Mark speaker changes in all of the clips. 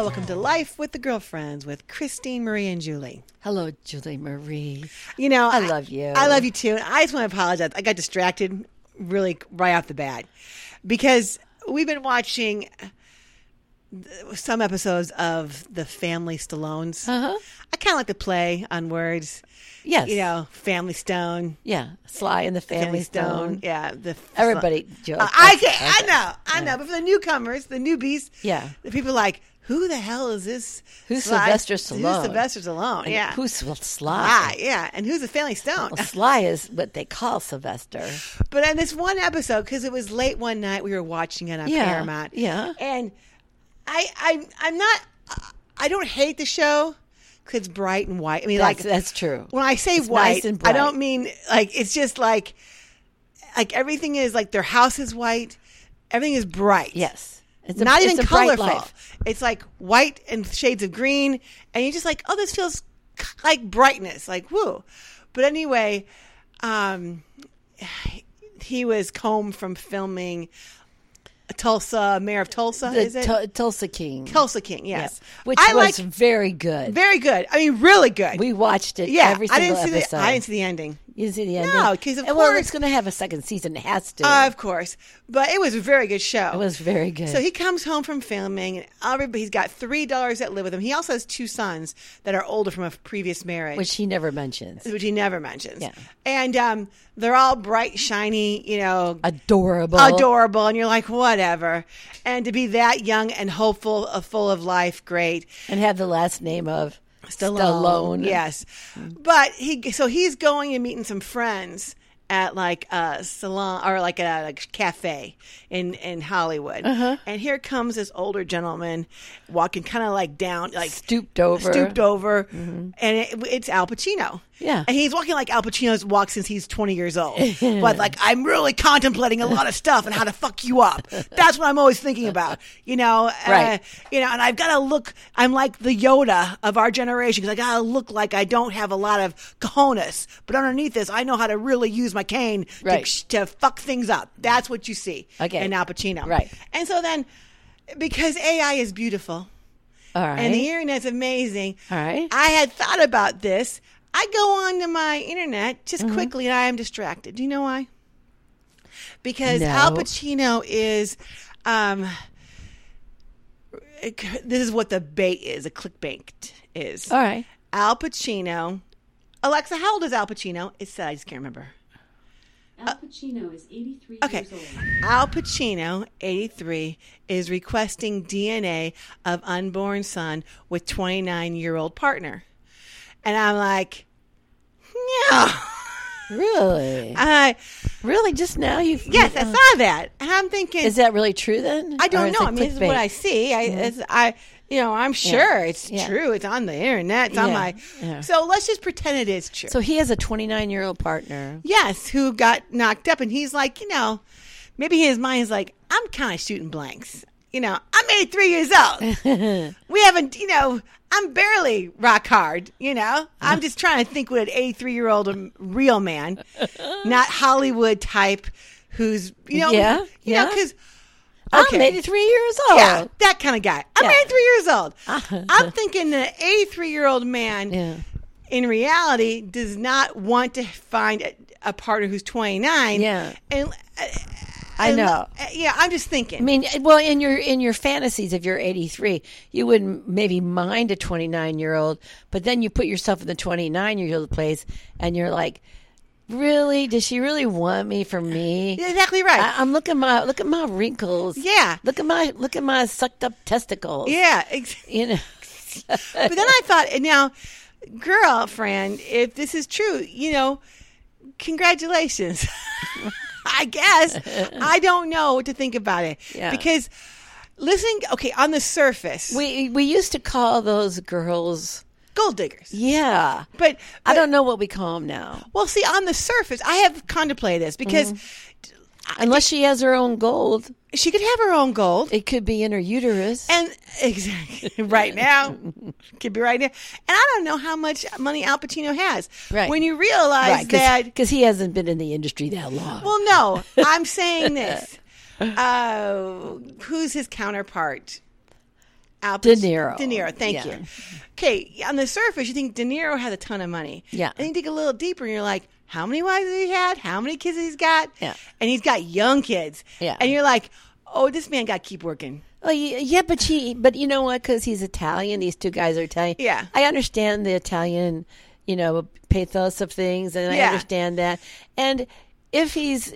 Speaker 1: Life with the Girlfriends with Christine, Marie, and Julie.
Speaker 2: Hello, Julie Marie.
Speaker 1: You know,
Speaker 2: I love you.
Speaker 1: I love you too. And I just want to apologize. I got distracted really right off the bat because we've been watching some episodes of the Family Stallones.
Speaker 2: Uh-huh.
Speaker 1: I kind of like to play on words.
Speaker 2: Yes.
Speaker 1: You know, Family Stone.
Speaker 2: Yeah. Sly and the Family, Stone.
Speaker 1: Yeah, the
Speaker 2: Everybody jokes.
Speaker 1: Uh, I
Speaker 2: That's-
Speaker 1: can, I know, I know. But for the newcomers, the newbies,
Speaker 2: Yeah.
Speaker 1: the people like, who the hell is this?
Speaker 2: Who's
Speaker 1: Sly-
Speaker 2: Sylvester Stallone?
Speaker 1: Who's Sylvester Stallone?
Speaker 2: And
Speaker 1: yeah,
Speaker 2: Who's Sly?
Speaker 1: ah, yeah, and who's the Family Stone?
Speaker 2: Well, Sly is what they call Sylvester.
Speaker 1: But in this one episode, because it was late one night, we were watching it on
Speaker 2: Yeah,
Speaker 1: Paramount.
Speaker 2: yeah.
Speaker 1: and I, I, I'm not. I don't hate the show because it's bright and white. I mean,
Speaker 2: That's,
Speaker 1: like
Speaker 2: that's true.
Speaker 1: when I say
Speaker 2: It's
Speaker 1: white,
Speaker 2: nice and
Speaker 1: I
Speaker 2: bright.
Speaker 1: don't mean like it's just like like everything is like their house is white, everything is bright.
Speaker 2: Yes. It's
Speaker 1: not
Speaker 2: it's
Speaker 1: even
Speaker 2: bright
Speaker 1: colorful.
Speaker 2: life.
Speaker 1: It's like white and shades of green, and you're just like, oh, this feels k- like brightness, like woo. But anyway, um, he was home from filming Tulsa, Mayor of Tulsa,
Speaker 2: The
Speaker 1: is it?
Speaker 2: Tul- Tulsa King.
Speaker 1: Tulsa King, yes.
Speaker 2: Which
Speaker 1: I
Speaker 2: was
Speaker 1: like
Speaker 2: very good.
Speaker 1: very good. I mean, really good.
Speaker 2: we watched it
Speaker 1: yeah,
Speaker 2: every
Speaker 1: I
Speaker 2: single
Speaker 1: didn't see
Speaker 2: episode.
Speaker 1: the I didn't see the ending.
Speaker 2: You didn't see the ending?
Speaker 1: No, 'cause of
Speaker 2: and Well,
Speaker 1: course-
Speaker 2: it's going to have a second season. It has to.
Speaker 1: Uh, of course, but it was a very good show.
Speaker 2: it was very good.
Speaker 1: So he comes home from filming, and everybody, he's got three daughters that live with him. He also has two sons that are older from a previous marriage,
Speaker 2: which he never mentions.
Speaker 1: which he never mentions.
Speaker 2: Yeah.
Speaker 1: And um, they're all bright, shiny, you know,
Speaker 2: Adorable.
Speaker 1: adorable. And you're like, whatever. And to be that young and hopeful, uh, full of life, great.
Speaker 2: And have the last name of
Speaker 1: Stallone.
Speaker 2: Stallone.
Speaker 1: Yes. But he so he's going and meeting some friends at like a salon or like a, like cafe in in Hollywood. And here comes this older gentleman walking kind of like down like
Speaker 2: Stooped over. Mm-hmm.
Speaker 1: Stooped over, and it, it's Al Pacino.
Speaker 2: Yeah.
Speaker 1: and he's walking like Al Pacino's walked since he's twenty years old. but like, I'm really contemplating a lot of stuff and how to fuck you up. That's what I'm always thinking about, you know.
Speaker 2: Right.
Speaker 1: Uh, you know, and I've got to look. I'm like the Yoda of our generation because I got to look like I don't have a lot of cojones, but underneath this, I know how to really use my cane
Speaker 2: Right.
Speaker 1: to, to fuck things up. That's what you see.
Speaker 2: Okay.
Speaker 1: in Al Pacino.
Speaker 2: Right.
Speaker 1: and so then because AI is beautiful.
Speaker 2: All right.
Speaker 1: And the internet's amazing.
Speaker 2: All right.
Speaker 1: I had thought about this. I go on to my internet just
Speaker 2: Mm-hmm.
Speaker 1: quickly and I am distracted. Do you know why? Because
Speaker 2: No.
Speaker 1: Al Pacino is um this is what the bait is, a clickbait is.
Speaker 2: All right.
Speaker 1: Al Pacino. Alexa, how old is Al Pacino? It said I just can't remember.
Speaker 3: Al Pacino is 83
Speaker 1: Uh, Okay.
Speaker 3: years old.
Speaker 1: Al Pacino, 83, is requesting DNA of unborn son with 29 year old partner. And I'm like, no.
Speaker 2: Really?
Speaker 1: I,
Speaker 2: really? Just now you?
Speaker 1: yes, I saw that. And I'm thinking,
Speaker 2: Is that really true then?
Speaker 1: I
Speaker 2: Or
Speaker 1: don't
Speaker 2: is
Speaker 1: know.
Speaker 2: it
Speaker 1: I mean, this is
Speaker 2: clickbait?
Speaker 1: what I see. I, it's, I you know, I'm sure it's
Speaker 2: Yeah.
Speaker 1: true. It's on the internet. It's on
Speaker 2: Yeah.
Speaker 1: my.
Speaker 2: Yeah.
Speaker 1: So let's just pretend it is true.
Speaker 2: So he has a 29 year old partner.
Speaker 1: Yes, who got knocked up, and he's like, you know, maybe his mind is like, I'm kind of shooting blanks. You know, I'm 83 years old. we haven't, you know, I'm barely rock hard. You know, I'm just trying to think what an 83 year old real man, not Hollywood type, who's you know,
Speaker 2: Yeah,
Speaker 1: you know,
Speaker 2: yeah.
Speaker 1: because
Speaker 2: I'm 83 Oh, years old.
Speaker 1: yeah, that kind of guy. I'm
Speaker 2: Yeah. Uh-huh.
Speaker 1: 83 years old. I'm thinking an 83 year old man
Speaker 2: Yeah.
Speaker 1: in reality does not want to find a, a partner who's 29.
Speaker 2: Yeah.
Speaker 1: And,
Speaker 2: I
Speaker 1: and- uh,
Speaker 2: know.
Speaker 1: Yeah, I'm just thinking.
Speaker 2: I mean, well, in your in your fantasies, if you're 83, you wouldn't maybe mind a 29 year old, but then you put yourself in the 29 year old place, and you're like, really? Does she really want me for me?
Speaker 1: You're exactly right.
Speaker 2: I, I'm looking my look at my wrinkles.
Speaker 1: Yeah.
Speaker 2: Look at my look at my sucked up testicles.
Speaker 1: yeah. ex-
Speaker 2: You know.
Speaker 1: but then I thought, and now, girlfriend, if this is true, you know, congratulations. I guess I don't know what to think about it
Speaker 2: Yeah.
Speaker 1: because listening. Okay, on the surface,
Speaker 2: We we used to call those girls.
Speaker 1: gold diggers.
Speaker 2: Yeah.
Speaker 1: But,
Speaker 2: I
Speaker 1: but-
Speaker 2: don't know what we call them now.
Speaker 1: Well, see, on the surface, I have contemplated this because
Speaker 2: Mm-hmm. Unless she has her own gold,
Speaker 1: she could have her own gold,
Speaker 2: it could be in her uterus.
Speaker 1: and exactly right now could be right now. And I don't know how much money Al Pacino has.
Speaker 2: Right.
Speaker 1: When you realize that,
Speaker 2: because he hasn't been in the industry that long.
Speaker 1: well, no, I'm saying this. Uh, who's his counterpart? Al
Speaker 2: De
Speaker 1: Pac-
Speaker 2: Niro.
Speaker 1: De Niro, thank
Speaker 2: Yeah.
Speaker 1: you. Okay, on the surface, you think De Niro has a ton of money.
Speaker 2: Yeah.
Speaker 1: And you dig a little deeper and you're like, how many wives has he had? How many kids he's got?
Speaker 2: Yeah.
Speaker 1: And he's got young kids.
Speaker 2: Yeah.
Speaker 1: And you're like, oh, this man got to keep working.
Speaker 2: Oh yeah, yeah, but she, but you know what? Because he's Italian. These two guys are Italian.
Speaker 1: Yeah.
Speaker 2: I understand the Italian, you know, pathos of things, and I
Speaker 1: Yeah.
Speaker 2: understand that. And if he's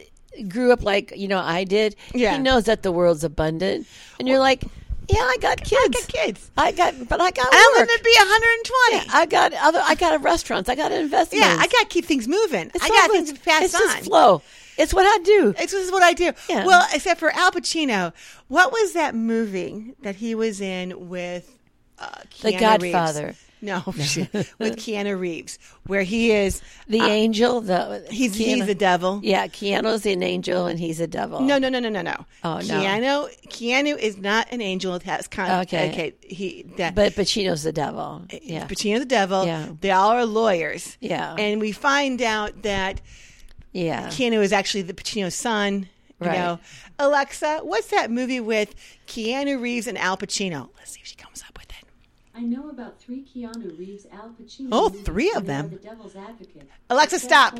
Speaker 2: grew up like you know I did,
Speaker 1: Yeah.
Speaker 2: he knows that the world's abundant. And you're like, yeah, I got kids.
Speaker 1: Got kids.
Speaker 2: I got, but I got
Speaker 1: And I'm
Speaker 2: work.
Speaker 1: going to be 120.
Speaker 2: I got other. I got a restaurants. I got investments.
Speaker 1: Yeah, I got to keep things moving.
Speaker 2: It's
Speaker 1: I got
Speaker 2: all-
Speaker 1: things to pass
Speaker 2: It's
Speaker 1: on.
Speaker 2: just flow. It's what I do.
Speaker 1: It's- This is what I do.
Speaker 2: Yeah.
Speaker 1: Well, except for Al Pacino. What was that movie that he was in with uh, Keanu
Speaker 2: The Godfather.
Speaker 1: Reeves? No, shit. with Keanu Reeves, where he is
Speaker 2: The angel. The
Speaker 1: uh, he's
Speaker 2: Keanu-
Speaker 1: he's the devil.
Speaker 2: Yeah, Keanu's an angel and he's a devil.
Speaker 1: No, no, no, no, no, no.
Speaker 2: Oh, no.
Speaker 1: Keanu Keanu is not an angel. It has kind of,
Speaker 2: Okay.
Speaker 1: okay. He that
Speaker 2: But Pacino's the devil. Yeah.
Speaker 1: Eh, Pacino the devil.
Speaker 2: Yeah. Oh.
Speaker 1: They all are lawyers.
Speaker 2: Yeah.
Speaker 1: And we find out that
Speaker 2: yeah.
Speaker 1: Keanu is actually the Pacino's son. You
Speaker 2: Right.
Speaker 1: know, Alexa, what's that movie with Keanu Reeves and Al Pacino? Let's see if she comes up with it.
Speaker 3: I know about three Keanu Reeves Al Pacino.
Speaker 1: Oh,
Speaker 3: movies
Speaker 1: three of
Speaker 3: that are
Speaker 1: them.
Speaker 3: The Devil's Advocate.
Speaker 1: Alexa, stop.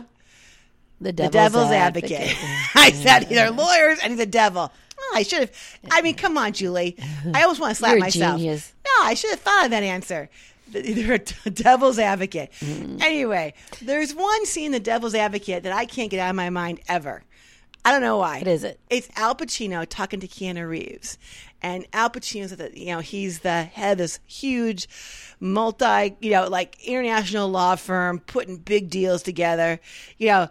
Speaker 2: The
Speaker 1: The
Speaker 2: devil's,
Speaker 1: devil's
Speaker 2: advocate.
Speaker 1: advocate. I said they're lawyers and he's a devil. Oh, I should have. I mean, come on, Julie. I almost want to slap
Speaker 2: You're a
Speaker 1: myself.
Speaker 2: genius.
Speaker 1: No, I should have thought of that answer. Th- They're a d- devil's advocate.
Speaker 2: Mm.
Speaker 1: Anyway, there's one scene in The Devil's Advocate that I can't get out of my mind ever. I don't know why.
Speaker 2: What is it?
Speaker 1: it's Al Pacino talking to Keanu Reeves, and Al Pacino's at the you know he's the head of this huge, multi you know like international law firm putting big deals together. You know,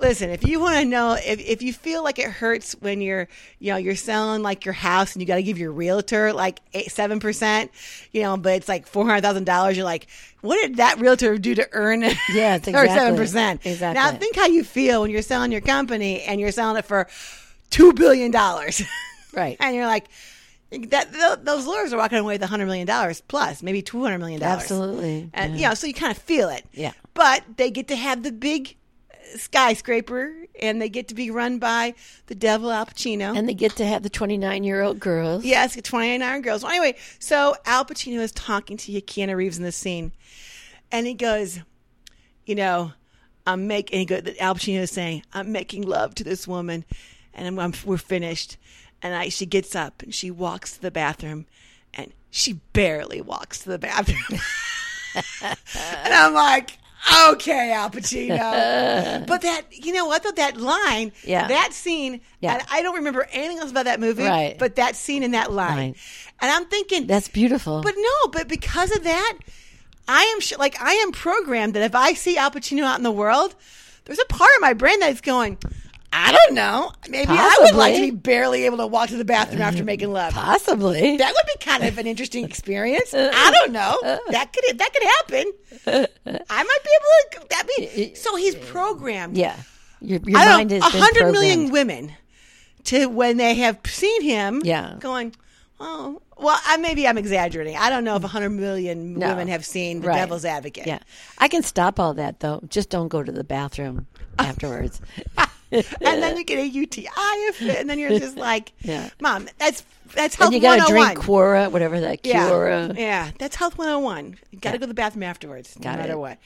Speaker 1: listen if you want to know if if you feel like it hurts when you're you know you're selling like your house and you got to give your realtor like eight seven percent, you know, but it's like four hundred thousand dollars. You're like, what did that realtor do to earn?
Speaker 2: Yeah, it's
Speaker 1: or seven percent.
Speaker 2: exactly- exactly.
Speaker 1: Now think how you feel when you're selling your company and you're selling it for two billion dollars,
Speaker 2: Right.
Speaker 1: and you're like, that th- those lawyers are walking away with a hundred million dollars plus, maybe two hundred million dollars.
Speaker 2: Absolutely.
Speaker 1: and you know, so you kind of feel it.
Speaker 2: Yeah.
Speaker 1: but they get to have the big skyscraper, and they get to be run by the devil Al Pacino.
Speaker 2: And they get to have the 29 year old girls.
Speaker 1: Yes, 29 girls. Well, anyway, so Al Pacino is talking to Keanu Reeves in this scene, and he goes, you know, I'm making. He go, Al Pacino is saying, I'm making love to this woman, and I'm, I'm- we're finished. And I, she gets up and she walks to the bathroom, and she barely walks to the bathroom. and I'm like. Okay, Al Pacino. but that, you know what, though, that line,
Speaker 2: Yeah.
Speaker 1: that scene,
Speaker 2: Yeah.
Speaker 1: and I don't remember anything else about that movie,
Speaker 2: Right.
Speaker 1: but that scene in that line.
Speaker 2: Right.
Speaker 1: And I'm thinking,
Speaker 2: That's beautiful.
Speaker 1: but no, but because of that, I am sh- like I am programmed that if I see Al Pacino out in the world, there's a part of my brain that's going, I don't know, maybe I would like to
Speaker 2: Possibly.
Speaker 1: be
Speaker 2: Uh,
Speaker 1: barely able to walk to the bathroom after making love.
Speaker 2: Possibly.
Speaker 1: That would be kind of an interesting experience.
Speaker 2: uh,
Speaker 1: I don't know. That could that could happen.
Speaker 2: uh,
Speaker 1: I might be able to. That be so. He's programmed.
Speaker 2: yeah. Your, your
Speaker 1: I
Speaker 2: mind
Speaker 1: don't
Speaker 2: is
Speaker 1: know, 100 million women to when they have seen him
Speaker 2: Yeah.
Speaker 1: going, oh, well, I, maybe I'm exaggerating. I don't know if 100 million
Speaker 2: No.
Speaker 1: women have seen The
Speaker 2: Right.
Speaker 1: Devil's Advocate.
Speaker 2: Yeah. I can stop all that though. Just don't go to the bathroom
Speaker 1: Uh,
Speaker 2: afterwards.
Speaker 1: And then you get a UTI of it, and then you're just like,
Speaker 2: Yeah.
Speaker 1: Mom, that's that's health
Speaker 2: and you got to
Speaker 1: 101.
Speaker 2: drink uh, Quora, whatever that
Speaker 1: yeah.
Speaker 2: Quora.
Speaker 1: yeah, that's health 101. You got to go to the bathroom afterwards, no
Speaker 2: Got
Speaker 1: matter
Speaker 2: it.
Speaker 1: what.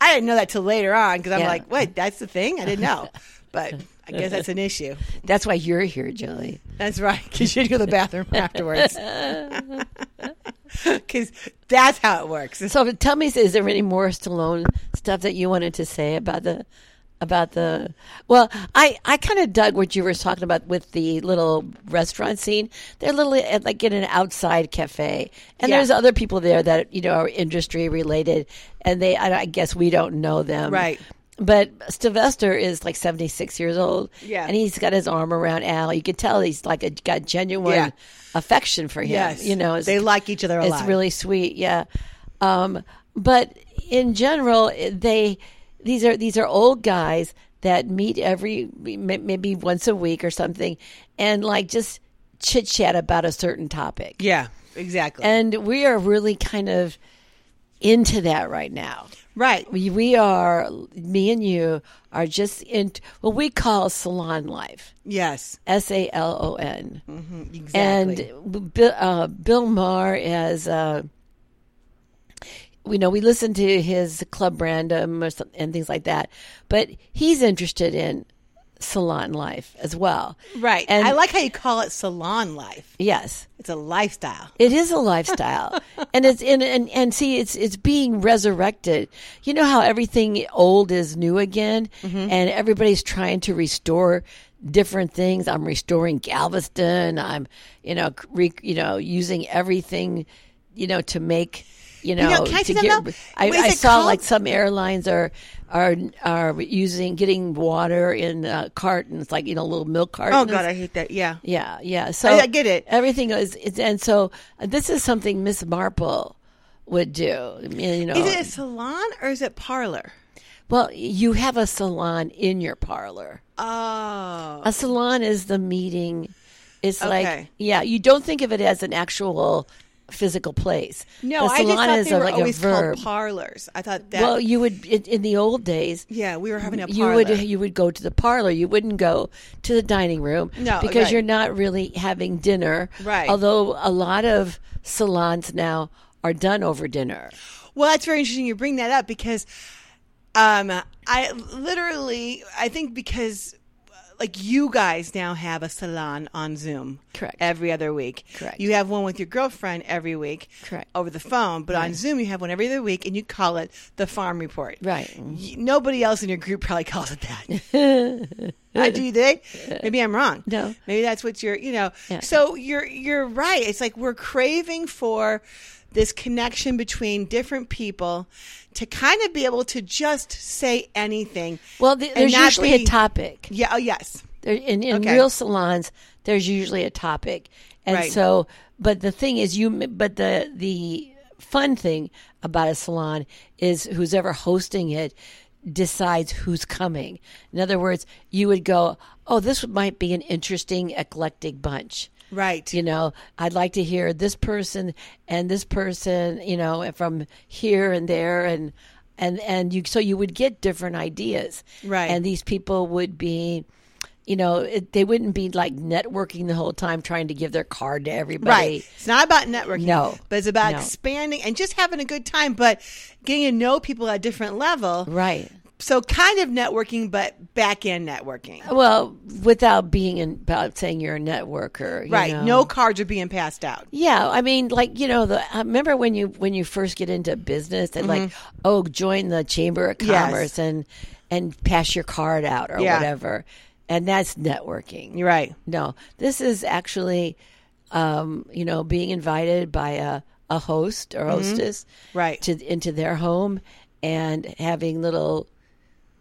Speaker 1: I didn't know that till later on because I'm
Speaker 2: Yeah.
Speaker 1: like, wait, that's the thing? I didn't know. But I guess that's an issue.
Speaker 2: That's why you're here, Julie.
Speaker 1: That's right, because you'd go to the bathroom afterwards. Because that's how it works. It's-
Speaker 2: So tell me, is there any more Stallone stuff that you wanted to say about the about the? Well, I I kind of dug what you were talking about with the little restaurant scene. They're literally at, like in an outside cafe, and
Speaker 1: Yeah.
Speaker 2: there's other people there that you know are industry related, and they I, I guess we don't know them,
Speaker 1: Right.
Speaker 2: But Sylvester is like seventy six years old,
Speaker 1: Yeah.
Speaker 2: and he's got his arm around Al. You could tell he's like a, got genuine
Speaker 1: Yeah.
Speaker 2: affection for him.
Speaker 1: Yes.
Speaker 2: you know, it's-
Speaker 1: They like each other a
Speaker 2: it's
Speaker 1: lot.
Speaker 2: really sweet, yeah. Um, but in general, they these are these are old guys that meet every may- maybe once a week or something, and like just chit chat about a certain topic.
Speaker 1: yeah, exactly.
Speaker 2: And we are really kind of into that right now.
Speaker 1: Right.
Speaker 2: We, we are, me and you are just in what we call salon life.
Speaker 1: Yes.
Speaker 2: S A L O N.
Speaker 1: Exactly.
Speaker 2: And Bill, uh, Bill Maher as uh, we know we listen to his Club Random or some, and things like that, but he's interested in salon life as well.
Speaker 1: right.
Speaker 2: And
Speaker 1: I like how you call it salon life.
Speaker 2: yes.
Speaker 1: It's a lifestyle.
Speaker 2: It is a lifestyle, and it's and, and and see, it's it's being resurrected. You know how everything old is new again,
Speaker 1: Mm-hmm.
Speaker 2: and everybody's trying to restore different things. I'm restoring Galveston. I'm you know re, you know using everything you know to make. You know,
Speaker 1: know, can I
Speaker 2: to
Speaker 1: see that now?
Speaker 2: I,
Speaker 1: What is
Speaker 2: I
Speaker 1: it
Speaker 2: saw
Speaker 1: called?
Speaker 2: like some airlines are are are using getting water in uh, cartons, like you know, little milk cartons.
Speaker 1: Oh God, I hate that. Yeah.
Speaker 2: Yeah, yeah. So
Speaker 1: I- I get it.
Speaker 2: Everything is, it's, and so uh, this is something Miss Marple would do. I mean, You know,
Speaker 1: Is it a salon or is it parlor?
Speaker 2: well, you have a salon in your parlor.
Speaker 1: Oh.
Speaker 2: A salon is the meeting. It's like,
Speaker 1: Okay.
Speaker 2: yeah, you don't think of it as an actual physical place.
Speaker 1: No,
Speaker 2: The
Speaker 1: I just
Speaker 2: salon
Speaker 1: thought
Speaker 2: is
Speaker 1: they
Speaker 2: a-
Speaker 1: were
Speaker 2: like a
Speaker 1: always
Speaker 2: verb.
Speaker 1: called parlors. I thought that.
Speaker 2: Well, you would in, in the old days.
Speaker 1: yeah, we were having a parlor.
Speaker 2: you would you would go to the parlor. You wouldn't go to the dining room
Speaker 1: No,
Speaker 2: because
Speaker 1: right.
Speaker 2: you're not really having dinner.
Speaker 1: Right.
Speaker 2: Although a lot of salons now are done over dinner.
Speaker 1: Well, that's very interesting. You bring that up because, um, I literally, I think because, like, you guys now have a salon on Zoom,
Speaker 2: Correct.
Speaker 1: Every other week,
Speaker 2: Correct.
Speaker 1: You have one with your girlfriend every week,
Speaker 2: Correct.
Speaker 1: Over the phone, but on Zoom you have one every other week, and you call it the Farm Report,
Speaker 2: Right.
Speaker 1: Y- Nobody else in your group probably calls it that. I do they? Maybe I'm wrong.
Speaker 2: No.
Speaker 1: Maybe that's what you're. You know.
Speaker 2: Yeah.
Speaker 1: So you're you're right. It's like we're craving for this connection between different people to kind of be able to just say anything.
Speaker 2: Well, th-
Speaker 1: And
Speaker 2: there's
Speaker 1: not
Speaker 2: usually a
Speaker 1: be-
Speaker 2: topic.
Speaker 1: Yeah. Oh yes.
Speaker 2: There, in in
Speaker 1: Okay.
Speaker 2: real salons, there's usually a topic, and
Speaker 1: Right.
Speaker 2: so. But the thing is, you. But the the fun thing about a salon is who's ever hosting it decides who's coming. In other words, you would go, "Oh, this might be an interesting eclectic bunch."
Speaker 1: Right.
Speaker 2: You know, I'd like to hear this person and this person, you know, from here and there and and and you so you would get different ideas.
Speaker 1: Right.
Speaker 2: And these people would be you know, it, they wouldn't be like networking the whole time trying to give their card to everybody.
Speaker 1: Right. It's not about networking.
Speaker 2: No.
Speaker 1: But it's about
Speaker 2: No.
Speaker 1: expanding and just having a good time, but getting to know people at a different level.
Speaker 2: Right.
Speaker 1: So kind of networking, but back end networking.
Speaker 2: Oh, Well, without being in, about saying you're a networker, you
Speaker 1: Right.
Speaker 2: know.
Speaker 1: No cards are being passed out.
Speaker 2: Yeah, I mean, like you know, the I remember when you when you first get into business, they like, oh, join the chamber of
Speaker 1: Mm-hmm. Yes.
Speaker 2: commerce and and pass your card out or
Speaker 1: Yeah.
Speaker 2: whatever, and that's networking.
Speaker 1: You're right.
Speaker 2: No, this is actually, um, you know, being invited by a a host
Speaker 1: Mm-hmm.
Speaker 2: or hostess,
Speaker 1: Right.
Speaker 2: to into their home and having little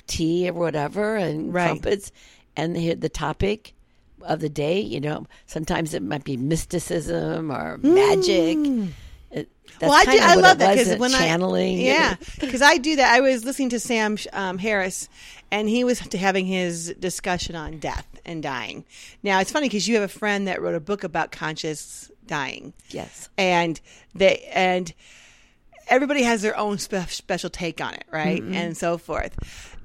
Speaker 2: tea or whatever and
Speaker 1: Right.
Speaker 2: crumpets and the, the topic of the day you know sometimes it might be mysticism or magic It- that's
Speaker 1: Hmm. well, I, do,
Speaker 2: kinda
Speaker 1: I
Speaker 2: what
Speaker 1: love
Speaker 2: it
Speaker 1: that
Speaker 2: was,
Speaker 1: because
Speaker 2: uh,
Speaker 1: when
Speaker 2: channeling
Speaker 1: I yeah, because I do that. I was listening to Sam um, Harris, and he was having his discussion on death and dying. Now it's funny because you have a friend that wrote a book about conscious dying.
Speaker 2: yes
Speaker 1: and they and everybody has their own spe- special take on it right
Speaker 2: Mm-hmm.
Speaker 1: and so forth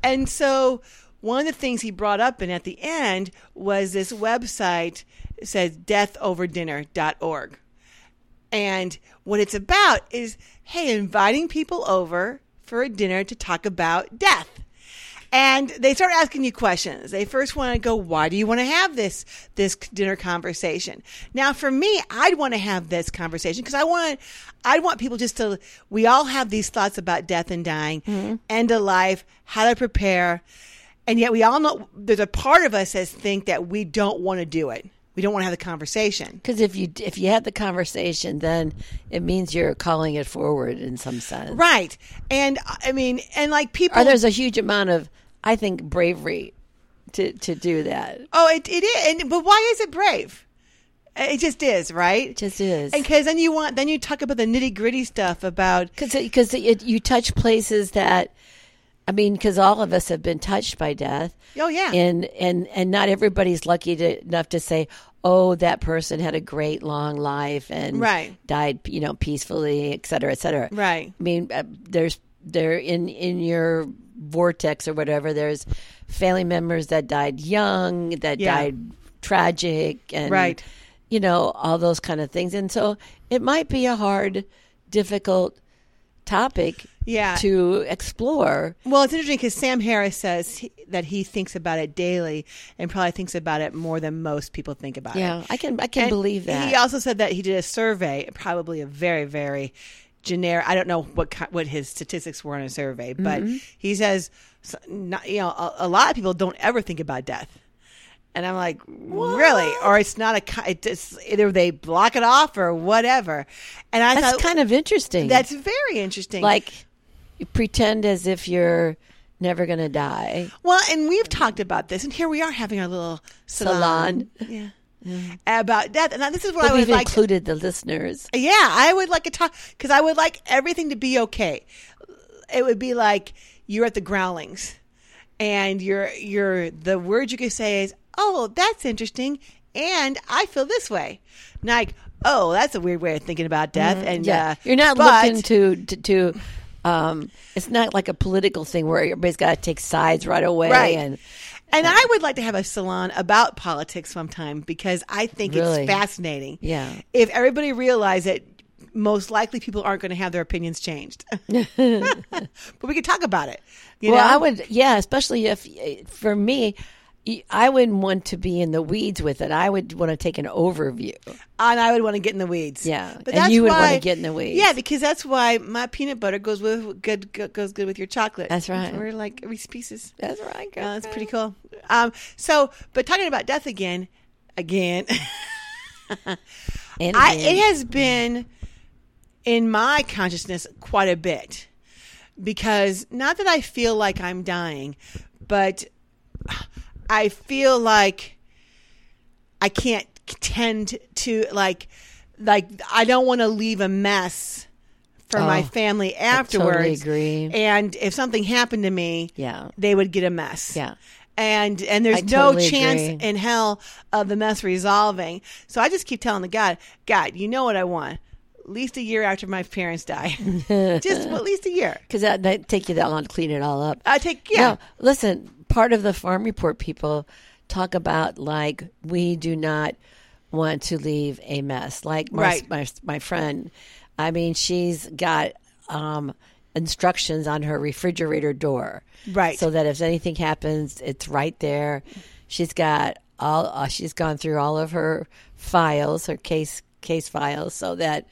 Speaker 1: and so one of the things he brought up and at the end was this website it says deathoverdinner.org and what it's about is hey inviting people over for a dinner to talk about death and they start asking you questions. They first want to go, why do you want to have this this dinner conversation? Now, for me, I'd want to have this conversation because I want I want people just to. We all have these thoughts about death and dying, end of life, how to prepare, and yet we all know there's a part of us that think that we don't want to do it. We don't want to have the conversation.
Speaker 2: because if you if you had the conversation then it means you're calling it forward in some sense
Speaker 1: Right. And I mean, and like people
Speaker 2: or there's a huge amount of i think bravery to to do that
Speaker 1: Oh, it, it is. And, but why is it brave? It just is, right?
Speaker 2: just is
Speaker 1: And because then you want, then you talk about the nitty gritty stuff about
Speaker 2: because you touch places that i mean because all of us have been touched by death
Speaker 1: Oh, yeah.
Speaker 2: and and and not everybody's lucky to, enough to say oh that person had a great long life and
Speaker 1: Right.
Speaker 2: died you know peacefully et cetera et cetera
Speaker 1: Right.
Speaker 2: i mean uh, there's there in in your vortex or whatever there's family members that died young that
Speaker 1: Yeah.
Speaker 2: died tragic and
Speaker 1: Right.
Speaker 2: you know all those kind of things and so it might be a hard difficult topic
Speaker 1: Yeah.
Speaker 2: to explore
Speaker 1: Well, it's interesting because Sam Harris says he, that he thinks about it daily and probably thinks about it more than most people think about it.
Speaker 2: yeah i can i can
Speaker 1: And
Speaker 2: believe that
Speaker 1: He also said that he did a survey, probably a very, very generic. I don't know what ki- what his statistics were on a survey, but
Speaker 2: Mm-hmm.
Speaker 1: he says, s- not, you know, a, a lot of people don't ever think about death. And I'm like, really? Or it's not a, ki- it just, either they block it off or whatever. And I
Speaker 2: that's
Speaker 1: thought
Speaker 2: kind of interesting
Speaker 1: that's very interesting.
Speaker 2: like you pretend as if you're never going to die
Speaker 1: Well, and we've talked about this, and here we are having our little salon,
Speaker 2: Salon.
Speaker 1: Yeah. about death. And this is what I
Speaker 2: but
Speaker 1: would
Speaker 2: we've
Speaker 1: like.
Speaker 2: included the listeners
Speaker 1: yeah, I would like to talk because I would like everything to be okay. It would be like you're at the growlings, and you're you're the word you could say is, "Oh, that's interesting," and I feel this way, like. Oh, that's a weird way of thinking about death. And
Speaker 2: Mm-hmm. yeah
Speaker 1: uh,
Speaker 2: you're not
Speaker 1: but-
Speaker 2: looking to to, to um, it's not like a political thing where everybody's got to take sides right away
Speaker 1: Right.
Speaker 2: and
Speaker 1: And I would like to have a salon about politics sometime because I think
Speaker 2: Really?
Speaker 1: it's fascinating.
Speaker 2: Yeah.
Speaker 1: If everybody realized that most likely people aren't going to have their opinions changed. but we could talk about it. You
Speaker 2: well
Speaker 1: know?
Speaker 2: i would yeah especially if for me I wouldn't want to be in the weeds with it. I would want to take an overview.
Speaker 1: and I would want to get in the weeds.
Speaker 2: Yeah,
Speaker 1: But
Speaker 2: and
Speaker 1: that's
Speaker 2: you would wanna
Speaker 1: why,
Speaker 2: get in the weeds.
Speaker 1: Yeah, because that's why my peanut butter goes with good go- goes good with your chocolate.
Speaker 2: That's right.
Speaker 1: We're like Reese pieces.
Speaker 2: That's right,
Speaker 1: Uh, that's pretty cool. Um, so, but talking about death again, again.
Speaker 2: And
Speaker 1: I,
Speaker 2: again,
Speaker 1: it has been in my consciousness quite a bit because not that I feel like I'm dying, but I feel like I can't tend to like like I don't want to leave a mess for my
Speaker 2: Oh,
Speaker 1: family
Speaker 2: totally
Speaker 1: afterwards.
Speaker 2: agree.
Speaker 1: And if something happened to me,
Speaker 2: Yeah.
Speaker 1: they would get a mess.
Speaker 2: Yeah.
Speaker 1: And and there's
Speaker 2: I
Speaker 1: no
Speaker 2: totally
Speaker 1: chance
Speaker 2: agree.
Speaker 1: in hell of the mess resolving. So I just keep telling the God, God, you know what I want. At least a year after my parents die. just at least a year.
Speaker 2: because that, that take you that long to clean it all up.
Speaker 1: I take yeah.
Speaker 2: No, listen, part of the farm report people talk about like we do not want to leave a mess. Like my
Speaker 1: Right.
Speaker 2: my, my friend, I mean, she's got um, instructions on her refrigerator door,
Speaker 1: Right.
Speaker 2: So that if anything happens, it's right there. She's got all. Uh, she's gone through all of her files, her case case files, so that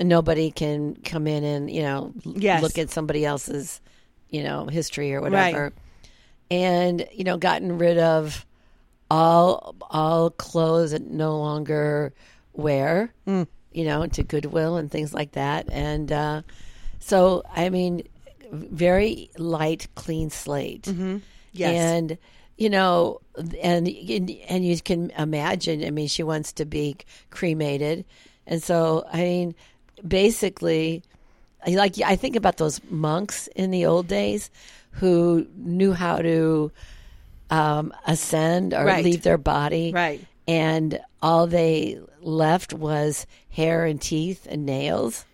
Speaker 2: nobody can come in and you know l-
Speaker 1: Yes.
Speaker 2: look at somebody else's you know history or whatever and you know gotten rid of all all clothes that no longer wear you know to goodwill and things like that and uh so i mean very light clean slate
Speaker 1: Yes.
Speaker 2: and you know and and you can imagine i mean she wants to be cremated and so i mean basically I like I think about those monks in the old days who knew how to um, ascend or
Speaker 1: Right.
Speaker 2: leave their body,
Speaker 1: Right.
Speaker 2: And all they left was hair and teeth and nails,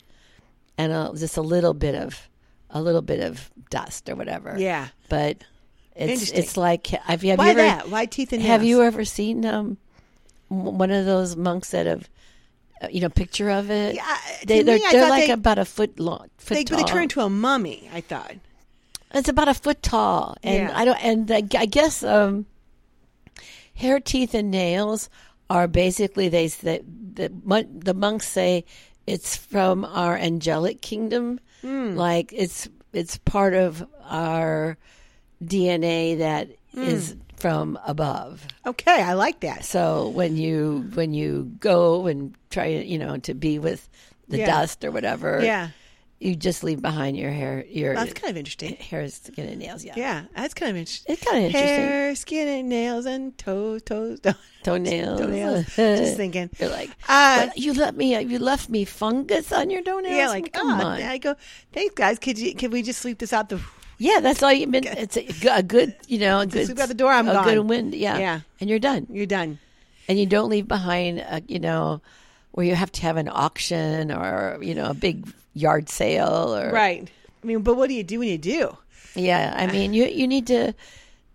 Speaker 2: and a, just a little bit of a little bit of dust or whatever.
Speaker 1: Yeah.
Speaker 2: but it's
Speaker 1: Interesting.
Speaker 2: it's like have you, have
Speaker 1: Why
Speaker 2: you ever
Speaker 1: that? Why teeth and
Speaker 2: have
Speaker 1: nails?
Speaker 2: you ever seen um w- one of those monks that have uh, you know picture of it?
Speaker 1: Yeah, uh, to
Speaker 2: they, they're,
Speaker 1: me, I
Speaker 2: they're
Speaker 1: thought
Speaker 2: like
Speaker 1: they-
Speaker 2: about a foot long. Foot
Speaker 1: they, but
Speaker 2: tall.
Speaker 1: they turn into a mummy, I thought.
Speaker 2: it's about a foot tall, and
Speaker 1: Yeah.
Speaker 2: I don't. And the, I guess um, hair, teeth, and nails are basically they s- the the, mon- the monks say it's from our angelic kingdom,
Speaker 1: Hmm.
Speaker 2: like it's it's part of our DNA that is
Speaker 1: Hmm.
Speaker 2: from above.
Speaker 1: Okay, I like that.
Speaker 2: So when you when you go and try you know to be with the
Speaker 1: Yeah.
Speaker 2: dust or whatever,
Speaker 1: Yeah.
Speaker 2: you just leave behind your hair, your
Speaker 1: That's kind of interesting.
Speaker 2: hair, skin, and nails. Yeah,
Speaker 1: Yeah, that's kind of interesting.
Speaker 2: it's kind of interesting.
Speaker 1: Hair, skin, and nails, and toes, toes, toes.
Speaker 2: Toenails,
Speaker 1: toenails. Just thinking.
Speaker 2: You're like,
Speaker 1: Uh,
Speaker 2: "What? you let me, you left me fungus on your toenails.
Speaker 1: Yeah, like
Speaker 2: come
Speaker 1: oh,
Speaker 2: on.
Speaker 1: I go. Thanks, guys. Could you? Could we just sleep this out the?
Speaker 2: yeah, that's all you've been. It's a, g- a good, you know, a good.
Speaker 1: sweep out the door, I'm
Speaker 2: a
Speaker 1: gone.
Speaker 2: good wind. Yeah,
Speaker 1: Yeah.
Speaker 2: and you're done.
Speaker 1: You're done.
Speaker 2: And you don't leave behind, a, you know, where you have to have an auction or you know a big yard sale or
Speaker 1: Right. I mean, but what do you do when you do?
Speaker 2: Yeah, I mean, you you need to.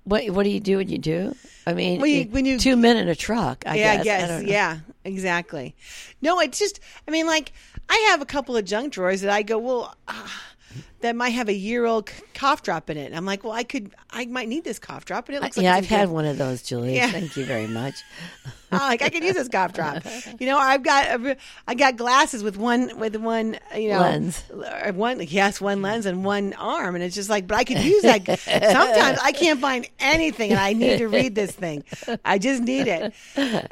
Speaker 2: What what do you do when you do? I mean,
Speaker 1: Well, you-
Speaker 2: it-
Speaker 1: when you-
Speaker 2: two men in a truck.
Speaker 1: yeah,
Speaker 2: I guess.
Speaker 1: I guess.
Speaker 2: don't know.
Speaker 1: yeah, exactly. No, it's just, I mean, like, I have a couple of junk drawers that I go, well, ah, that might have a year old cough drop in it. I'm like, well, I could, I might need this cough drop. And it looks like
Speaker 2: yeah,
Speaker 1: it's
Speaker 2: I've
Speaker 1: in good-
Speaker 2: had one of those, Julie.
Speaker 1: Yeah.
Speaker 2: Thank you very much.
Speaker 1: I'm Oh, like, I could use this cough drop. You know, I've got, a- I got glasses with one, with one, you know,
Speaker 2: Lens.
Speaker 1: or One, yes, one lens and one arm. And it's just like, but I could use that. Sometimes I can't find anything and I need to read this thing. I just need it.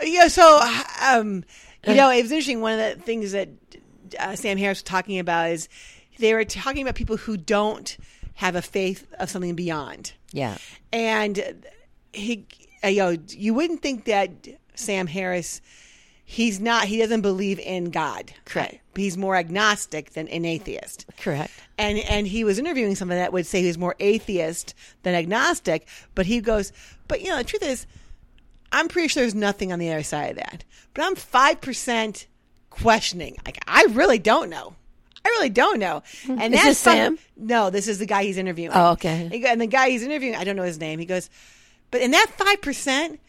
Speaker 1: Yeah. So, um, you know, it was interesting. One of the things that uh, Sam Harris was talking about is they were talking about people who don't have a faith of something beyond.
Speaker 2: Yeah,
Speaker 1: And he, uh, you know, you wouldn't think that Sam Harris, he's not, he doesn't believe in God.
Speaker 2: Correct.
Speaker 1: He's more agnostic than an atheist.
Speaker 2: correct.
Speaker 1: And and he was interviewing someone that would say he was more atheist than agnostic, but he goes, but you know, the truth is, I'm pretty sure there's nothing on the other side of that. But I'm five percent questioning. Like I really don't know. I really don't know. And
Speaker 2: Hmm. Is
Speaker 1: that's
Speaker 2: this
Speaker 1: some-
Speaker 2: Sam?
Speaker 1: No, this is the guy he's interviewing.
Speaker 2: Oh, okay.
Speaker 1: He go- And the guy he's interviewing, I don't know his name. He goes, but in that five percent.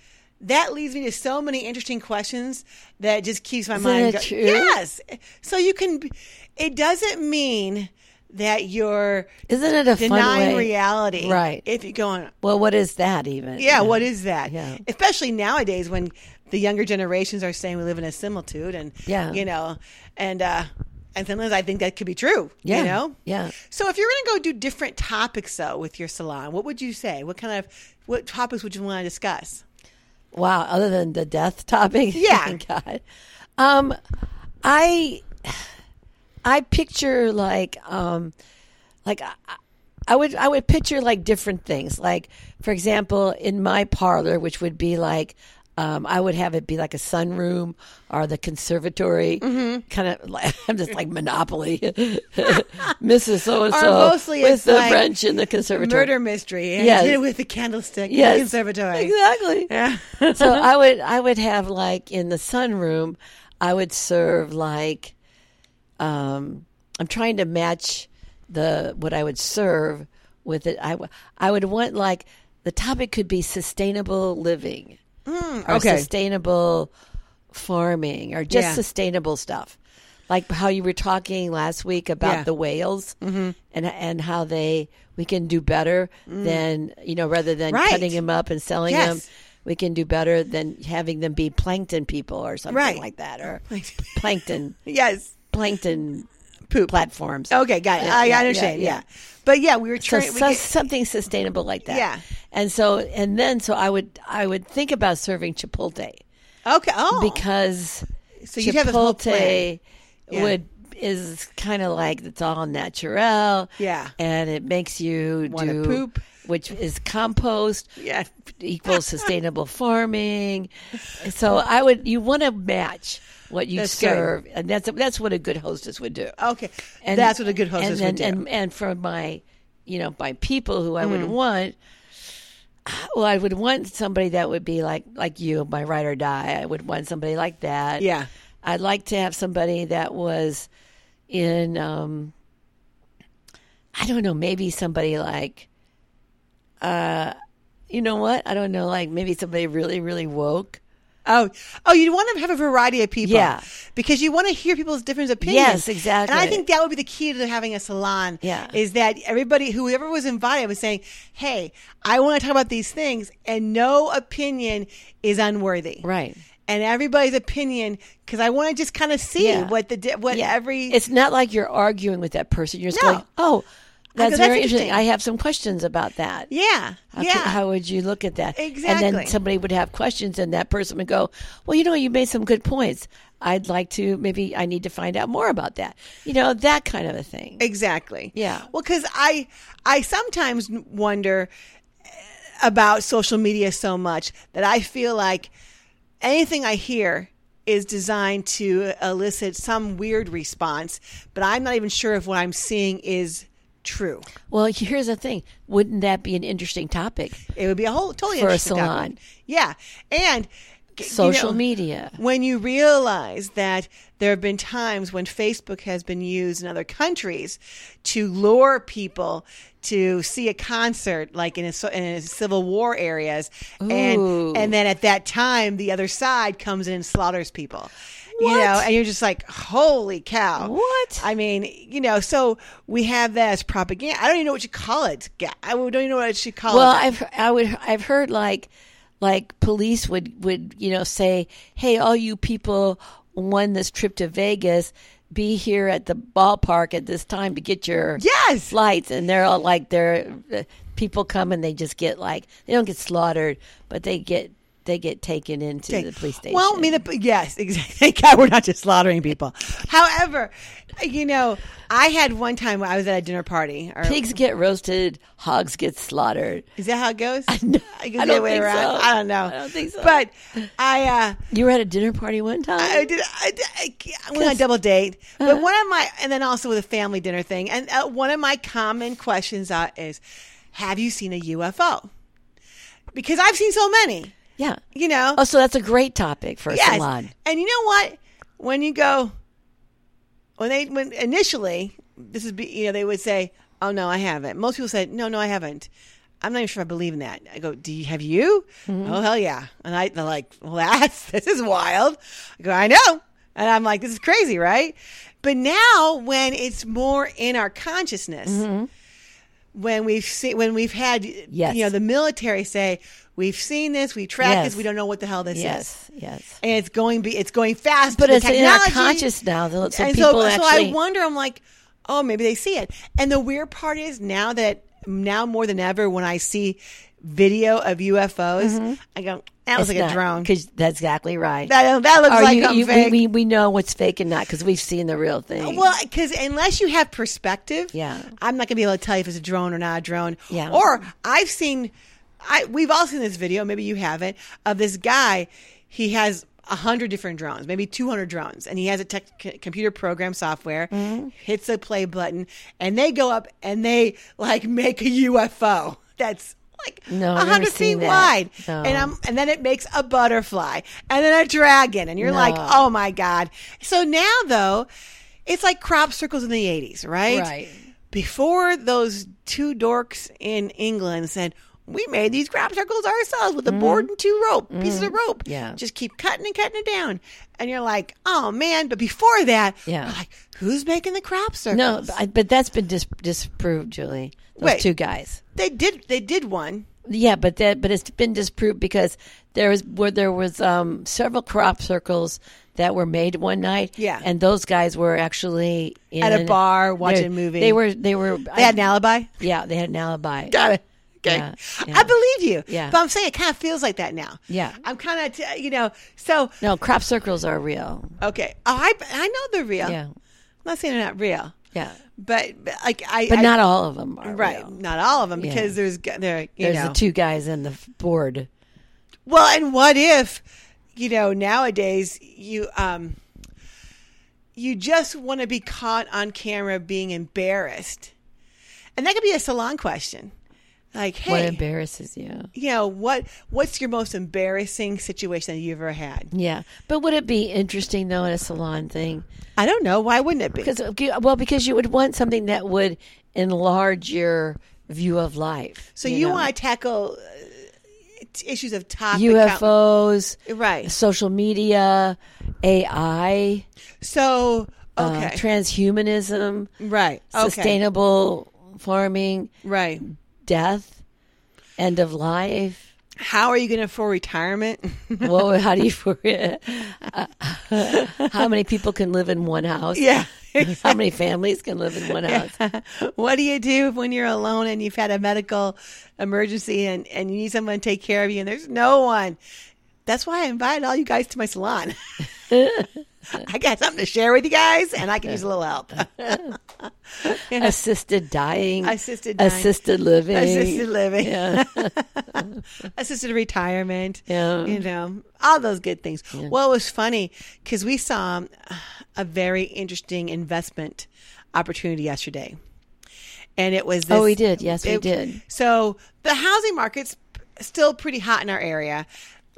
Speaker 1: That leads me to so many interesting questions that just keeps my mind.
Speaker 2: it
Speaker 1: go-
Speaker 2: true?
Speaker 1: Yes. So you can. It doesn't mean that you're
Speaker 2: Isn't it a fun
Speaker 1: denying
Speaker 2: way?
Speaker 1: reality,
Speaker 2: Right.
Speaker 1: If you're going,
Speaker 2: Well, what is that even?
Speaker 1: yeah, what is that?
Speaker 2: Yeah.
Speaker 1: Especially nowadays when the younger generations are saying we live in a similitude and
Speaker 2: Yeah.
Speaker 1: you know, and uh and sometimes I think that could be true.
Speaker 2: Yeah.
Speaker 1: You know?
Speaker 2: Yeah.
Speaker 1: So if you're gonna go do different topics though with your salon, what would you say? What kind of what topics would you want to discuss?
Speaker 2: Wow, other than the death topic.
Speaker 1: Yeah.
Speaker 2: God. Um I I picture like um like I, I would I would picture like different things. Like for example, in my parlor, which would be like um, I would have it be like a sunroom or the conservatory,
Speaker 1: Mm-hmm.
Speaker 2: kind of. Like, I'm just like Monopoly, Mrs. So and So,
Speaker 1: mostly
Speaker 2: with
Speaker 1: it's
Speaker 2: the
Speaker 1: like
Speaker 2: wrench in the conservatory.
Speaker 1: Murder mystery and
Speaker 2: Yes.
Speaker 1: hit it with the candlestick in
Speaker 2: Yes.
Speaker 1: the conservatory.
Speaker 2: exactly.
Speaker 1: Yeah.
Speaker 2: so I would I would have like in the sunroom, I would serve like um I'm trying to match the what I would serve with it. I w- I would want like the topic could be sustainable living or
Speaker 1: Mm, okay.
Speaker 2: sustainable farming or just
Speaker 1: Yeah.
Speaker 2: sustainable stuff. Like how you were talking last week about
Speaker 1: Yeah. Mm-hmm.
Speaker 2: the whales and and how they we can do better than you know rather than
Speaker 1: Mm. Right.
Speaker 2: cutting them up and selling
Speaker 1: Yes.
Speaker 2: them, we can do better than having them be plankton people or something
Speaker 1: Right.
Speaker 2: like that or
Speaker 1: Plankton.
Speaker 2: plankton
Speaker 1: Yes.
Speaker 2: plankton
Speaker 1: Poop.
Speaker 2: platforms.
Speaker 1: Okay, got it.
Speaker 2: Yeah,
Speaker 1: I, I
Speaker 2: yeah,
Speaker 1: understand.
Speaker 2: yeah,
Speaker 1: Yeah,
Speaker 2: yeah.
Speaker 1: But yeah, we were
Speaker 2: So,
Speaker 1: trying we
Speaker 2: so-
Speaker 1: could-
Speaker 2: something sustainable like that.
Speaker 1: Yeah.
Speaker 2: And so and then so I would I would think about serving chipotle
Speaker 1: Okay. Oh.
Speaker 2: because
Speaker 1: So you'd have a whole plan.
Speaker 2: Chipotle
Speaker 1: Yeah.
Speaker 2: would is kind of like it's all naturel.
Speaker 1: Yeah.
Speaker 2: and it makes you
Speaker 1: Wanna
Speaker 2: do
Speaker 1: poop.
Speaker 2: which is compost
Speaker 1: yeah.
Speaker 2: equals sustainable farming. So I would you want to match what you
Speaker 1: That's good.
Speaker 2: serve, and that's that's what a good hostess would do.
Speaker 1: Okay.
Speaker 2: And
Speaker 1: That's what a good hostess
Speaker 2: and, then-
Speaker 1: would do. Mm.
Speaker 2: And, and for my, you know, my people who I would want, well, I would want somebody that would be like like you, my ride or die. I would want somebody like that.
Speaker 1: Yeah.
Speaker 2: I'd like to have somebody that was in, um, I don't know, maybe somebody like, uh, you know what? I don't know, like maybe somebody really, really woke.
Speaker 1: Oh, oh, you want to have a variety of people.
Speaker 2: Yeah.
Speaker 1: Because you want to hear people's different opinions.
Speaker 2: Yes, exactly.
Speaker 1: And I think that would be the key to having a salon.
Speaker 2: Yeah.
Speaker 1: Is that everybody, whoever was invited, was saying, hey, I want to talk about these things, and no opinion is unworthy.
Speaker 2: Right.
Speaker 1: And everybody's opinion, because I want to just kind of see
Speaker 2: Yeah.
Speaker 1: what the di- what
Speaker 2: Yeah.
Speaker 1: every
Speaker 2: It's not like you're arguing with that person. You're just
Speaker 1: No.
Speaker 2: going, oh, that's,
Speaker 1: "That's
Speaker 2: very interesting.
Speaker 1: interesting."
Speaker 2: I have some questions about that.
Speaker 1: yeah
Speaker 2: How, could-
Speaker 1: yeah
Speaker 2: how would you look at that? And
Speaker 1: Exactly.
Speaker 2: then somebody would have questions, and that person would go, Well, you know, you made some good points. I'd like to, maybe I need to find out more about that. You know, that kind of a thing.
Speaker 1: Exactly.
Speaker 2: Yeah.
Speaker 1: Well, because I I sometimes n- wonder eh, about social media so much that I feel like anything I hear is designed to elicit some weird response, but I'm not even sure if what I'm seeing is true.
Speaker 2: Well, here's the thing wouldn't that be an interesting topic?
Speaker 1: It would be a whole totally
Speaker 2: For a
Speaker 1: interesting topic.
Speaker 2: salon.
Speaker 1: Yeah, and g- you
Speaker 2: social
Speaker 1: know,
Speaker 2: media.
Speaker 1: when you realize that there have been times when Facebook has been used in other countries to lure people to see a concert, like in a, so- in a civil war areas,
Speaker 2: Ooh.
Speaker 1: and and then at that time the other side comes in and slaughters people. You know,
Speaker 2: What?
Speaker 1: and you're just like, holy cow!
Speaker 2: What?
Speaker 1: I mean, you know, so we have that as propaganda. I don't even know what you call it. Ga- I don't even know what I should call
Speaker 2: Well,
Speaker 1: it.
Speaker 2: I've I would I've heard like like police would would you know say, "Hey, all you people won this trip to Vegas, be here at the ballpark at this time to get your
Speaker 1: yes,
Speaker 2: flights." And they're all like they're uh, people come and they just get like they don't get slaughtered, but they get they get taken into
Speaker 1: Okay.
Speaker 2: the police station.
Speaker 1: Well, I mean, the, yes, exactly. Thank God we're not just slaughtering people. However, you know, I had one time when I was at a dinner party. Or,
Speaker 2: pigs get roasted, hogs get slaughtered.
Speaker 1: is that how it goes? I,
Speaker 2: don't-
Speaker 1: guess
Speaker 2: I
Speaker 1: the other
Speaker 2: don't
Speaker 1: way
Speaker 2: think
Speaker 1: around.
Speaker 2: so.
Speaker 1: I don't know.
Speaker 2: I don't think so.
Speaker 1: But I, uh,
Speaker 2: You were at a dinner party one time.
Speaker 1: I did. I, I, I went on a double date,
Speaker 2: Uh-huh.
Speaker 1: but one of my, and then also with a family dinner thing, and uh, one of my common questions uh, is, "Have you seen a UFO?" Because I've seen so many.
Speaker 2: yeah.
Speaker 1: You know,
Speaker 2: Oh, so that's a great topic for a
Speaker 1: Yes.
Speaker 2: salon.
Speaker 1: And you know what? When you go, when they when initially this is be- you know they would say, "Oh no, I haven't." Most people said, "No, no, I haven't." I'm not even sure I believe in that. I go, "Do you have you?"
Speaker 2: Mm-hmm.
Speaker 1: Oh hell yeah! And I they're like, "Well, that's this is wild." I go, "I know," and I'm like, "This is crazy, right?" But now when it's more in our consciousness. When we've seen, when we've had,
Speaker 2: Mm-hmm. Yes.
Speaker 1: you know, the military say we've seen this, we track
Speaker 2: Yes.
Speaker 1: this, we don't know what the hell this is
Speaker 2: Yes, yes.
Speaker 1: and it's going be it's going fast.
Speaker 2: But
Speaker 1: the
Speaker 2: it's in our
Speaker 1: technology.
Speaker 2: conscious now, though, so
Speaker 1: and
Speaker 2: people
Speaker 1: so, so I
Speaker 2: actually-
Speaker 1: wonder. I'm like, oh, maybe they see it. And the weird part is now that now more than ever, when I see video of UFOs,
Speaker 2: Mm-hmm.
Speaker 1: I go, that was like a drone. That,
Speaker 2: Because that's exactly right.
Speaker 1: that looks
Speaker 2: Are
Speaker 1: like
Speaker 2: you,
Speaker 1: I'm
Speaker 2: you- we-
Speaker 1: fake.
Speaker 2: We, we know what's fake and not because we've seen the real thing.
Speaker 1: Well, because unless you have perspective,
Speaker 2: Yeah.
Speaker 1: I'm not gonna be able to tell you if it's a drone or not a drone.
Speaker 2: Yeah.
Speaker 1: Or I've seen, I we've all seen this video. Maybe you haven't of this guy. He has a hundred different drones, maybe two hundred drones, and he has a tech, c- computer program software.
Speaker 2: Mm-hmm.
Speaker 1: Hits a play button, and they go up and they like make a UFO. That's like
Speaker 2: No, I've
Speaker 1: a
Speaker 2: never
Speaker 1: hundred feet
Speaker 2: seen that.
Speaker 1: wide,
Speaker 2: No.
Speaker 1: and I'm and then it makes a butterfly and then a dragon, and you're like,
Speaker 2: No.
Speaker 1: oh my god. So now though, it's like crop circles in the '80s, right?
Speaker 2: Right.
Speaker 1: Before those two dorks in England said. We made these crop circles ourselves with a board and two rope pieces of rope.
Speaker 2: Mm-hmm. Yeah.
Speaker 1: just keep cutting and cutting it down, and you're like, "Oh man!" But before that,
Speaker 2: Yeah.
Speaker 1: we're like, who's making the crop circles?
Speaker 2: no, but, I, but that's been dis- disproved, Julie. Those
Speaker 1: Wait.
Speaker 2: two guys.
Speaker 1: they did. They did one.
Speaker 2: Yeah, but that but it's been disproved because there was where there was um, several crop circles that were made one night.
Speaker 1: Yeah.
Speaker 2: and those guys were actually in,
Speaker 1: At a bar, watching
Speaker 2: they-
Speaker 1: a movie.
Speaker 2: They were they were
Speaker 1: They had an alibi.
Speaker 2: yeah they had an alibi.
Speaker 1: Got it. Okay.
Speaker 2: Yeah,
Speaker 1: I
Speaker 2: yeah.
Speaker 1: believe you.
Speaker 2: Yeah.
Speaker 1: But I'm saying it kind of feels like that now.
Speaker 2: Yeah.
Speaker 1: I'm kind of, t- you know, so,
Speaker 2: No, crop circles are real.
Speaker 1: okay. Oh, I, I know they're real.
Speaker 2: Yeah,
Speaker 1: I'm not saying they're not real,
Speaker 2: yeah,
Speaker 1: but, but like, I.
Speaker 2: but
Speaker 1: I-
Speaker 2: not all of them are
Speaker 1: Right.
Speaker 2: real.
Speaker 1: Not all of them
Speaker 2: Yeah.
Speaker 1: because there's, g- there, you
Speaker 2: There's
Speaker 1: know.
Speaker 2: the two guys in the f- board.
Speaker 1: Well, and what if, you know, nowadays you um you just want to be caught on camera being embarrassed. And that could be a salon question. Like,
Speaker 2: What
Speaker 1: hey,
Speaker 2: embarrasses you?
Speaker 1: you know, what what's your most embarrassing situation that you've ever had?
Speaker 2: Yeah, but would it be interesting though in a salon thing?
Speaker 1: I don't know. Why wouldn't it be?
Speaker 2: Because well, because you would want something that would enlarge your view of life.
Speaker 1: So you,
Speaker 2: know?
Speaker 1: want to tackle uh, t- issues of topic
Speaker 2: UFOs,
Speaker 1: right?
Speaker 2: social media, AI,
Speaker 1: So
Speaker 2: uh,
Speaker 1: okay,
Speaker 2: transhumanism,
Speaker 1: right? Okay,
Speaker 2: sustainable farming,
Speaker 1: right?
Speaker 2: death, end of life.
Speaker 1: How are you going to for retirement?
Speaker 2: Whoa, how do you for how many people can live in one house?
Speaker 1: yeah.
Speaker 2: How many families can live in one house?
Speaker 1: what do you do when you're alone and you've had a medical emergency and, and you need someone to take care of you and there's no one? That's why I invited all you guys to my salon. I got something to share with you guys, and I can use a little help.
Speaker 2: Assisted dying,
Speaker 1: Assisted dying.
Speaker 2: assisted living,
Speaker 1: assisted living,
Speaker 2: Yeah.
Speaker 1: assisted retirement,
Speaker 2: Yeah.
Speaker 1: you know, all those good things. Well, it was funny because we saw um, a very interesting investment opportunity yesterday, and it was this,
Speaker 2: Oh, we did. Yes, we
Speaker 1: it-
Speaker 2: did.
Speaker 1: So the housing market's p- still pretty hot in our area.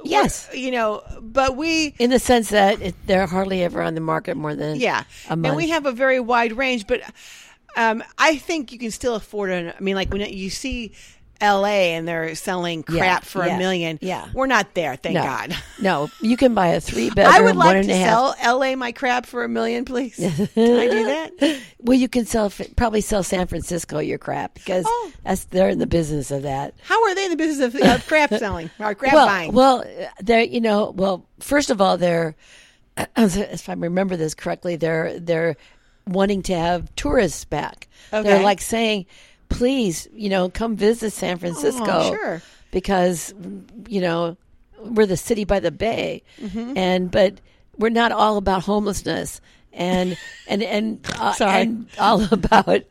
Speaker 2: Yes.
Speaker 1: you know, but we
Speaker 2: In the sense that it, they're hardly ever on the market more than
Speaker 1: yeah,
Speaker 2: a month.
Speaker 1: and we have a very wide range, but um, I think you can still afford it. I mean, like when you see. LA and they're selling crap for
Speaker 2: yeah,
Speaker 1: a million.
Speaker 2: yeah.
Speaker 1: We're not there, thank
Speaker 2: no,
Speaker 1: God.
Speaker 2: no, you can buy a three bedroom.
Speaker 1: I would
Speaker 2: one
Speaker 1: like
Speaker 2: and
Speaker 1: to
Speaker 2: a half-
Speaker 1: sell LA my crap for a million, please. Can I do that?
Speaker 2: Well, you can sell probably sell San Francisco your crap because
Speaker 1: Oh.
Speaker 2: that's they're in the business of that.
Speaker 1: How are they in the business of, of crap selling or crap
Speaker 2: well,
Speaker 1: buying?
Speaker 2: well, they're you know, well, first of all, they're if I remember this correctly, they're they're wanting to have tourists back.
Speaker 1: Okay. Oh,
Speaker 2: They're like saying, please, you know, come visit San Francisco,
Speaker 1: sure.
Speaker 2: because you know we're the city by the bay,
Speaker 1: Mm-hmm.
Speaker 2: and but we're not all about homelessness and and and, uh,
Speaker 1: Sorry.
Speaker 2: and all about.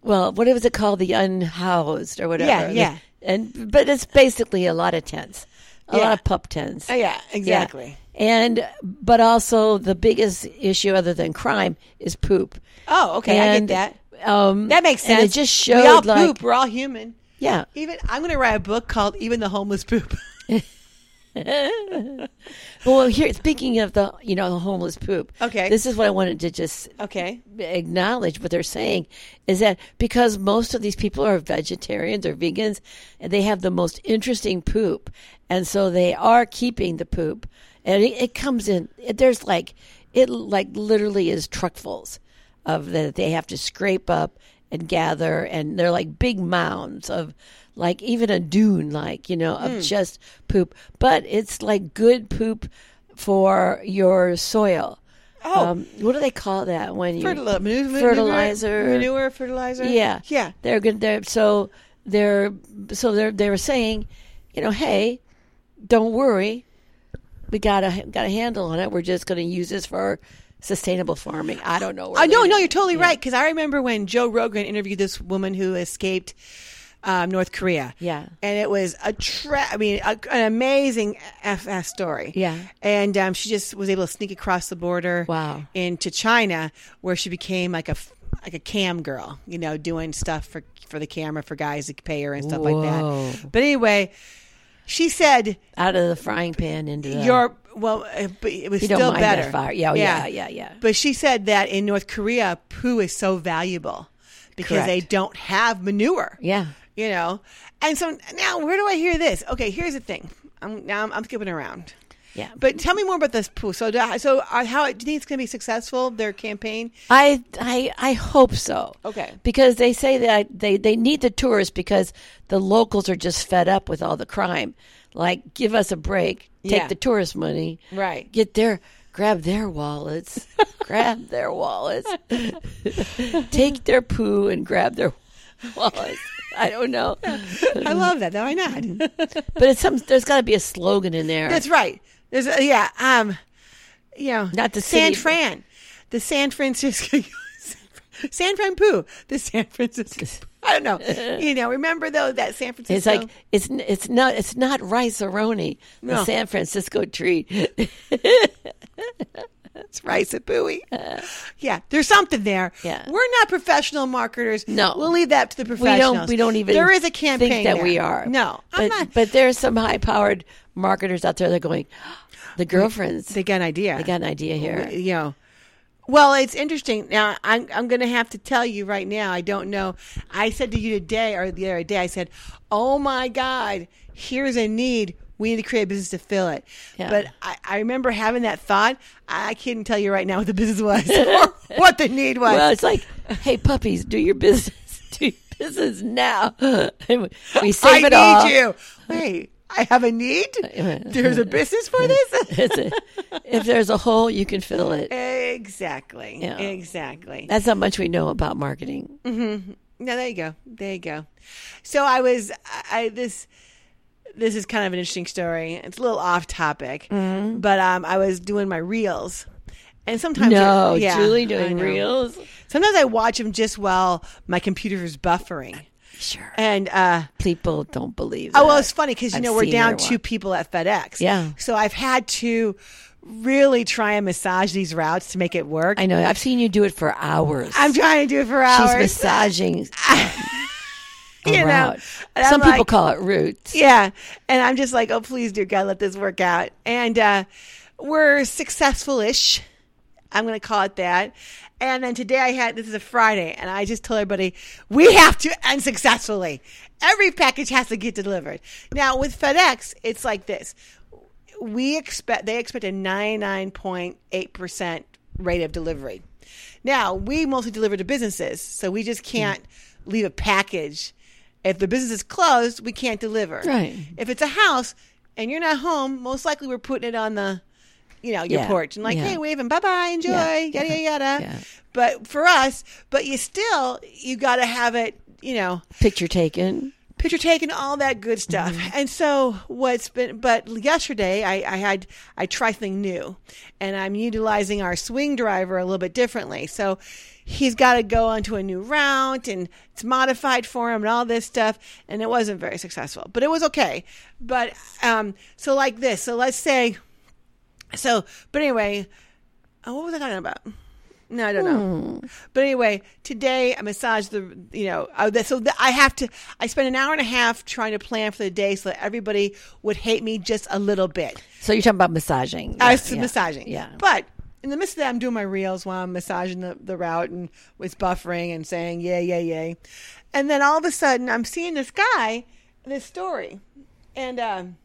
Speaker 2: Well, what was it called? The unhoused or whatever.
Speaker 1: Yeah,
Speaker 2: I mean,
Speaker 1: yeah.
Speaker 2: And but it's basically a lot of tents, a
Speaker 1: Yeah.
Speaker 2: lot of pup tents.
Speaker 1: Oh, yeah,
Speaker 2: Yeah.
Speaker 1: exactly.
Speaker 2: And but also the biggest issue other than crime is poop.
Speaker 1: Oh, okay, I get
Speaker 2: And,
Speaker 1: that.
Speaker 2: Um,
Speaker 1: That makes sense.
Speaker 2: And it just showed
Speaker 1: we all
Speaker 2: like
Speaker 1: poop. We're all human.
Speaker 2: yeah.
Speaker 1: Even I'm going to write a book called "Even the Homeless Poop."
Speaker 2: Well, here speaking of the you know the homeless poop.
Speaker 1: Okay.
Speaker 2: This is what I wanted to just
Speaker 1: Okay.
Speaker 2: acknowledge what they're saying is that because most of these people are vegetarians or vegans, they have the most interesting poop, and so they are keeping the poop, and it, it comes in. It, there's like it like literally is truckfuls of that they have to scrape up and gather, and they're like big mounds of like even a dune like you know of just poop, but it's like good poop for your soil.
Speaker 1: Oh.
Speaker 2: Um, what do they call that when you
Speaker 1: Fertili- manu- manure-
Speaker 2: fertilizer?
Speaker 1: manure, fertilizer.
Speaker 2: Yeah,
Speaker 1: yeah.
Speaker 2: They're good. They're so they're so they're they were saying, you know, hey, don't worry, we got a got a handle on it. We're just going to use this for sustainable farming. I don't know. Where
Speaker 1: Oh no,
Speaker 2: they-
Speaker 1: no, you're totally right. Because I remember when Joe Rogan interviewed this woman who escaped um, North Korea.
Speaker 2: Yeah.
Speaker 1: and it was a tra- I mean, a, an amazing FS story.
Speaker 2: Yeah.
Speaker 1: and um, she just was able to sneak across the border.
Speaker 2: Wow.
Speaker 1: into China, where she became like a f- like a cam girl, you know, doing stuff for for the camera for guys to pay her and stuff
Speaker 2: Whoa.
Speaker 1: like that. But anyway, she said
Speaker 2: out of the frying pan into the
Speaker 1: your well, uh, but it was
Speaker 2: You
Speaker 1: still
Speaker 2: don't mind that
Speaker 1: better.
Speaker 2: fire. Yeah, oh, yeah, yeah, yeah.
Speaker 1: But she said that in North Korea, poo is so valuable because
Speaker 2: Correct.
Speaker 1: they don't have manure.
Speaker 2: yeah.
Speaker 1: you know. And so now, where do I hear this? Okay, here's the thing. I'm now I'm, I'm skipping around.
Speaker 2: Yeah,
Speaker 1: But tell me more about this poo. So, do, so uh, how do you think it's going to be successful? Their campaign.
Speaker 2: I I I hope so.
Speaker 1: Okay.
Speaker 2: Because they say that they they need the tourists because the locals are just fed up with all the crime. Like give us a break. Take
Speaker 1: Yeah.
Speaker 2: the tourist money.
Speaker 1: Right.
Speaker 2: Get their grab their wallets. grab their wallets. Take their poo and grab their wallets. I don't know.
Speaker 1: I love that. though. Why
Speaker 2: Mm-hmm.
Speaker 1: not?
Speaker 2: But it's some there's got to be a slogan in there.
Speaker 1: That's right. There's a, yeah. Um, you know,
Speaker 2: Not the
Speaker 1: San
Speaker 2: city.
Speaker 1: Fran, the San Francisco, San Fran poo, the San Francisco. I don't know. You know, remember though that San Francisco.
Speaker 2: It's like it's n- it's not it's not rice aroni,
Speaker 1: No.
Speaker 2: the San Francisco tree.
Speaker 1: it's rice and pooey. yeah, there's something there.
Speaker 2: Uh. Yeah.
Speaker 1: we're not professional marketers.
Speaker 2: No.
Speaker 1: we'll leave that to the
Speaker 2: we
Speaker 1: professionals.
Speaker 2: don't we don't even
Speaker 1: There is a campaign
Speaker 2: think that
Speaker 1: there.
Speaker 2: we are
Speaker 1: No,
Speaker 2: but,
Speaker 1: I'm not.
Speaker 2: but there's some high powered marketers out there that are going the girlfriends
Speaker 1: They
Speaker 2: they,
Speaker 1: got an idea.
Speaker 2: got an idea here
Speaker 1: you know. Well, it's interesting. Now, I'm, I'm going to have to tell you right now. I don't know. I said to you today or the other day, I said, oh my God, here's a need. We need to create a business to fill it.
Speaker 2: Yeah.
Speaker 1: But I, I remember having that thought. I couldn't tell you right now what the business was or what the need was.
Speaker 2: well it's like hey puppies do your business do your business now And we
Speaker 1: I
Speaker 2: save
Speaker 1: need
Speaker 2: it all
Speaker 1: you. Wait, I have a need? There's a business for this?
Speaker 2: It's a- if there's a hole you can fill
Speaker 1: Eh.
Speaker 2: it
Speaker 1: exactly.
Speaker 2: Yeah.
Speaker 1: Exactly.
Speaker 2: that's how much we know about marketing
Speaker 1: Mm, No, there you go. There you go. So I was I this this is kind of an interesting story. It's a little off topic,
Speaker 2: Mm-hmm.
Speaker 1: but um, I was doing my reels, and sometimes
Speaker 2: no
Speaker 1: I- yeah,
Speaker 2: julie
Speaker 1: I
Speaker 2: doing
Speaker 1: know.
Speaker 2: reels
Speaker 1: Sometimes I watch them just while my computer is buffering,
Speaker 2: sure
Speaker 1: and uh,
Speaker 2: people don't believe
Speaker 1: oh well,
Speaker 2: that.
Speaker 1: it's funny because you
Speaker 2: I've
Speaker 1: know we're
Speaker 2: seen her
Speaker 1: down
Speaker 2: watch.
Speaker 1: two people at FedEx.
Speaker 2: Yeah.
Speaker 1: so I've had to really try and massage these routes to make it work.
Speaker 2: i know i've seen you do it for hours
Speaker 1: I'm trying to do it for
Speaker 2: she's
Speaker 1: hours.
Speaker 2: massaging or
Speaker 1: You know,
Speaker 2: route.
Speaker 1: and I'm
Speaker 2: Some people
Speaker 1: like-
Speaker 2: call it roots.
Speaker 1: Yeah. And I'm just like, oh, please, dear God, let this work out. And uh, we're successful ish. I'm going to call it that. And then today I had, this is a Friday, and I just told everybody, we have to end successfully. Every package has to get delivered. Now, with FedEx, it's like this we expect they expect a 99.8% rate of delivery. Now, we mostly deliver to businesses, so we
Speaker 2: Hmm.
Speaker 1: just can't leave a package. If the business is closed, we can't deliver.
Speaker 2: Right.
Speaker 1: If it's a house and you're not home, most likely we're putting it on the you know, your
Speaker 2: Yeah.
Speaker 1: porch and like,
Speaker 2: Yeah.
Speaker 1: hey, waving, bye bye, enjoy,
Speaker 2: Yeah.
Speaker 1: yada
Speaker 2: Yeah.
Speaker 1: yada yada.
Speaker 2: Yeah.
Speaker 1: But for us, but you still you gotta have it, you know,
Speaker 2: Picture taken.
Speaker 1: picture taken, all that good stuff. And so what's been, but yesterday I, I had, I tried something new and I'm utilizing our swing driver a little bit differently. So he's got to go onto a new route and it's modified for him and all this stuff. And it wasn't very successful, but it was okay. But, um, so like this, so let's say, so, but anyway, oh, what was I talking about? No, I don't know. But anyway, today I massage the, you know, I, that- so that I have to, I spent an hour and a half trying to plan for the day so that everybody would hate me just a little bit.
Speaker 2: So you're talking about massaging.
Speaker 1: I
Speaker 2: Yeah,
Speaker 1: was
Speaker 2: yeah,
Speaker 1: massaging.
Speaker 2: Yeah.
Speaker 1: But in the midst of that, I'm doing my reels while I'm massaging the, the route and was buffering and saying, yay, yay, yay. And then all of a sudden, I'm seeing this guy, this story, and, um,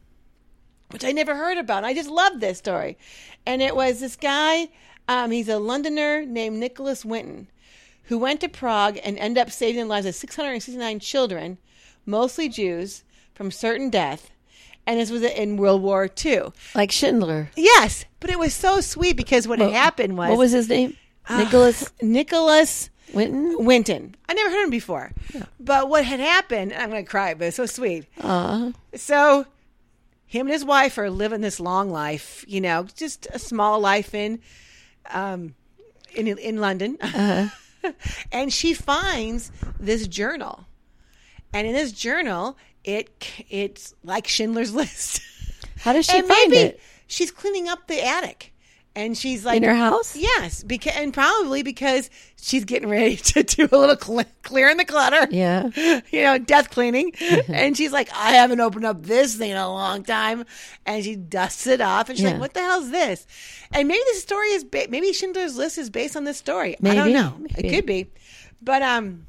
Speaker 1: which I never heard about. And I just loved this story. And it was this guy, um, he's a Londoner named Nicholas Winton, who went to Prague and ended up saving the lives of 669 children, mostly Jews, from certain death. And this was in World War II.
Speaker 2: like Schindler.
Speaker 1: Yes, but it was so sweet because what had happened was,
Speaker 2: What was his name? Nicholas
Speaker 1: Nicholas
Speaker 2: Winton.
Speaker 1: Winton. I never heard him before, but what had happened? and I'm going to cry, but it's so sweet.
Speaker 2: Uh,
Speaker 1: So, him and his wife are living this long life, you know, just a small life in, um, in in London, and she finds this journal, and in this journal, it it's like Schindler's List.
Speaker 2: how does she
Speaker 1: and
Speaker 2: find
Speaker 1: maybe
Speaker 2: it
Speaker 1: she's cleaning up the attic, and she's like
Speaker 2: in her house?
Speaker 1: Yes, because and probably because she's getting ready to do a little cle clearing the clutter.
Speaker 2: Yeah.
Speaker 1: You know, death cleaning. and she's like, I haven't opened up this thing in a long time. And she dusts it off and she's
Speaker 2: Yeah.
Speaker 1: like, what the hell's this? And maybe this story is, ba- maybe Schindler's List is based on this story. I don't
Speaker 2: Maybe,
Speaker 1: know. It
Speaker 2: maybe.
Speaker 1: could be. But, um,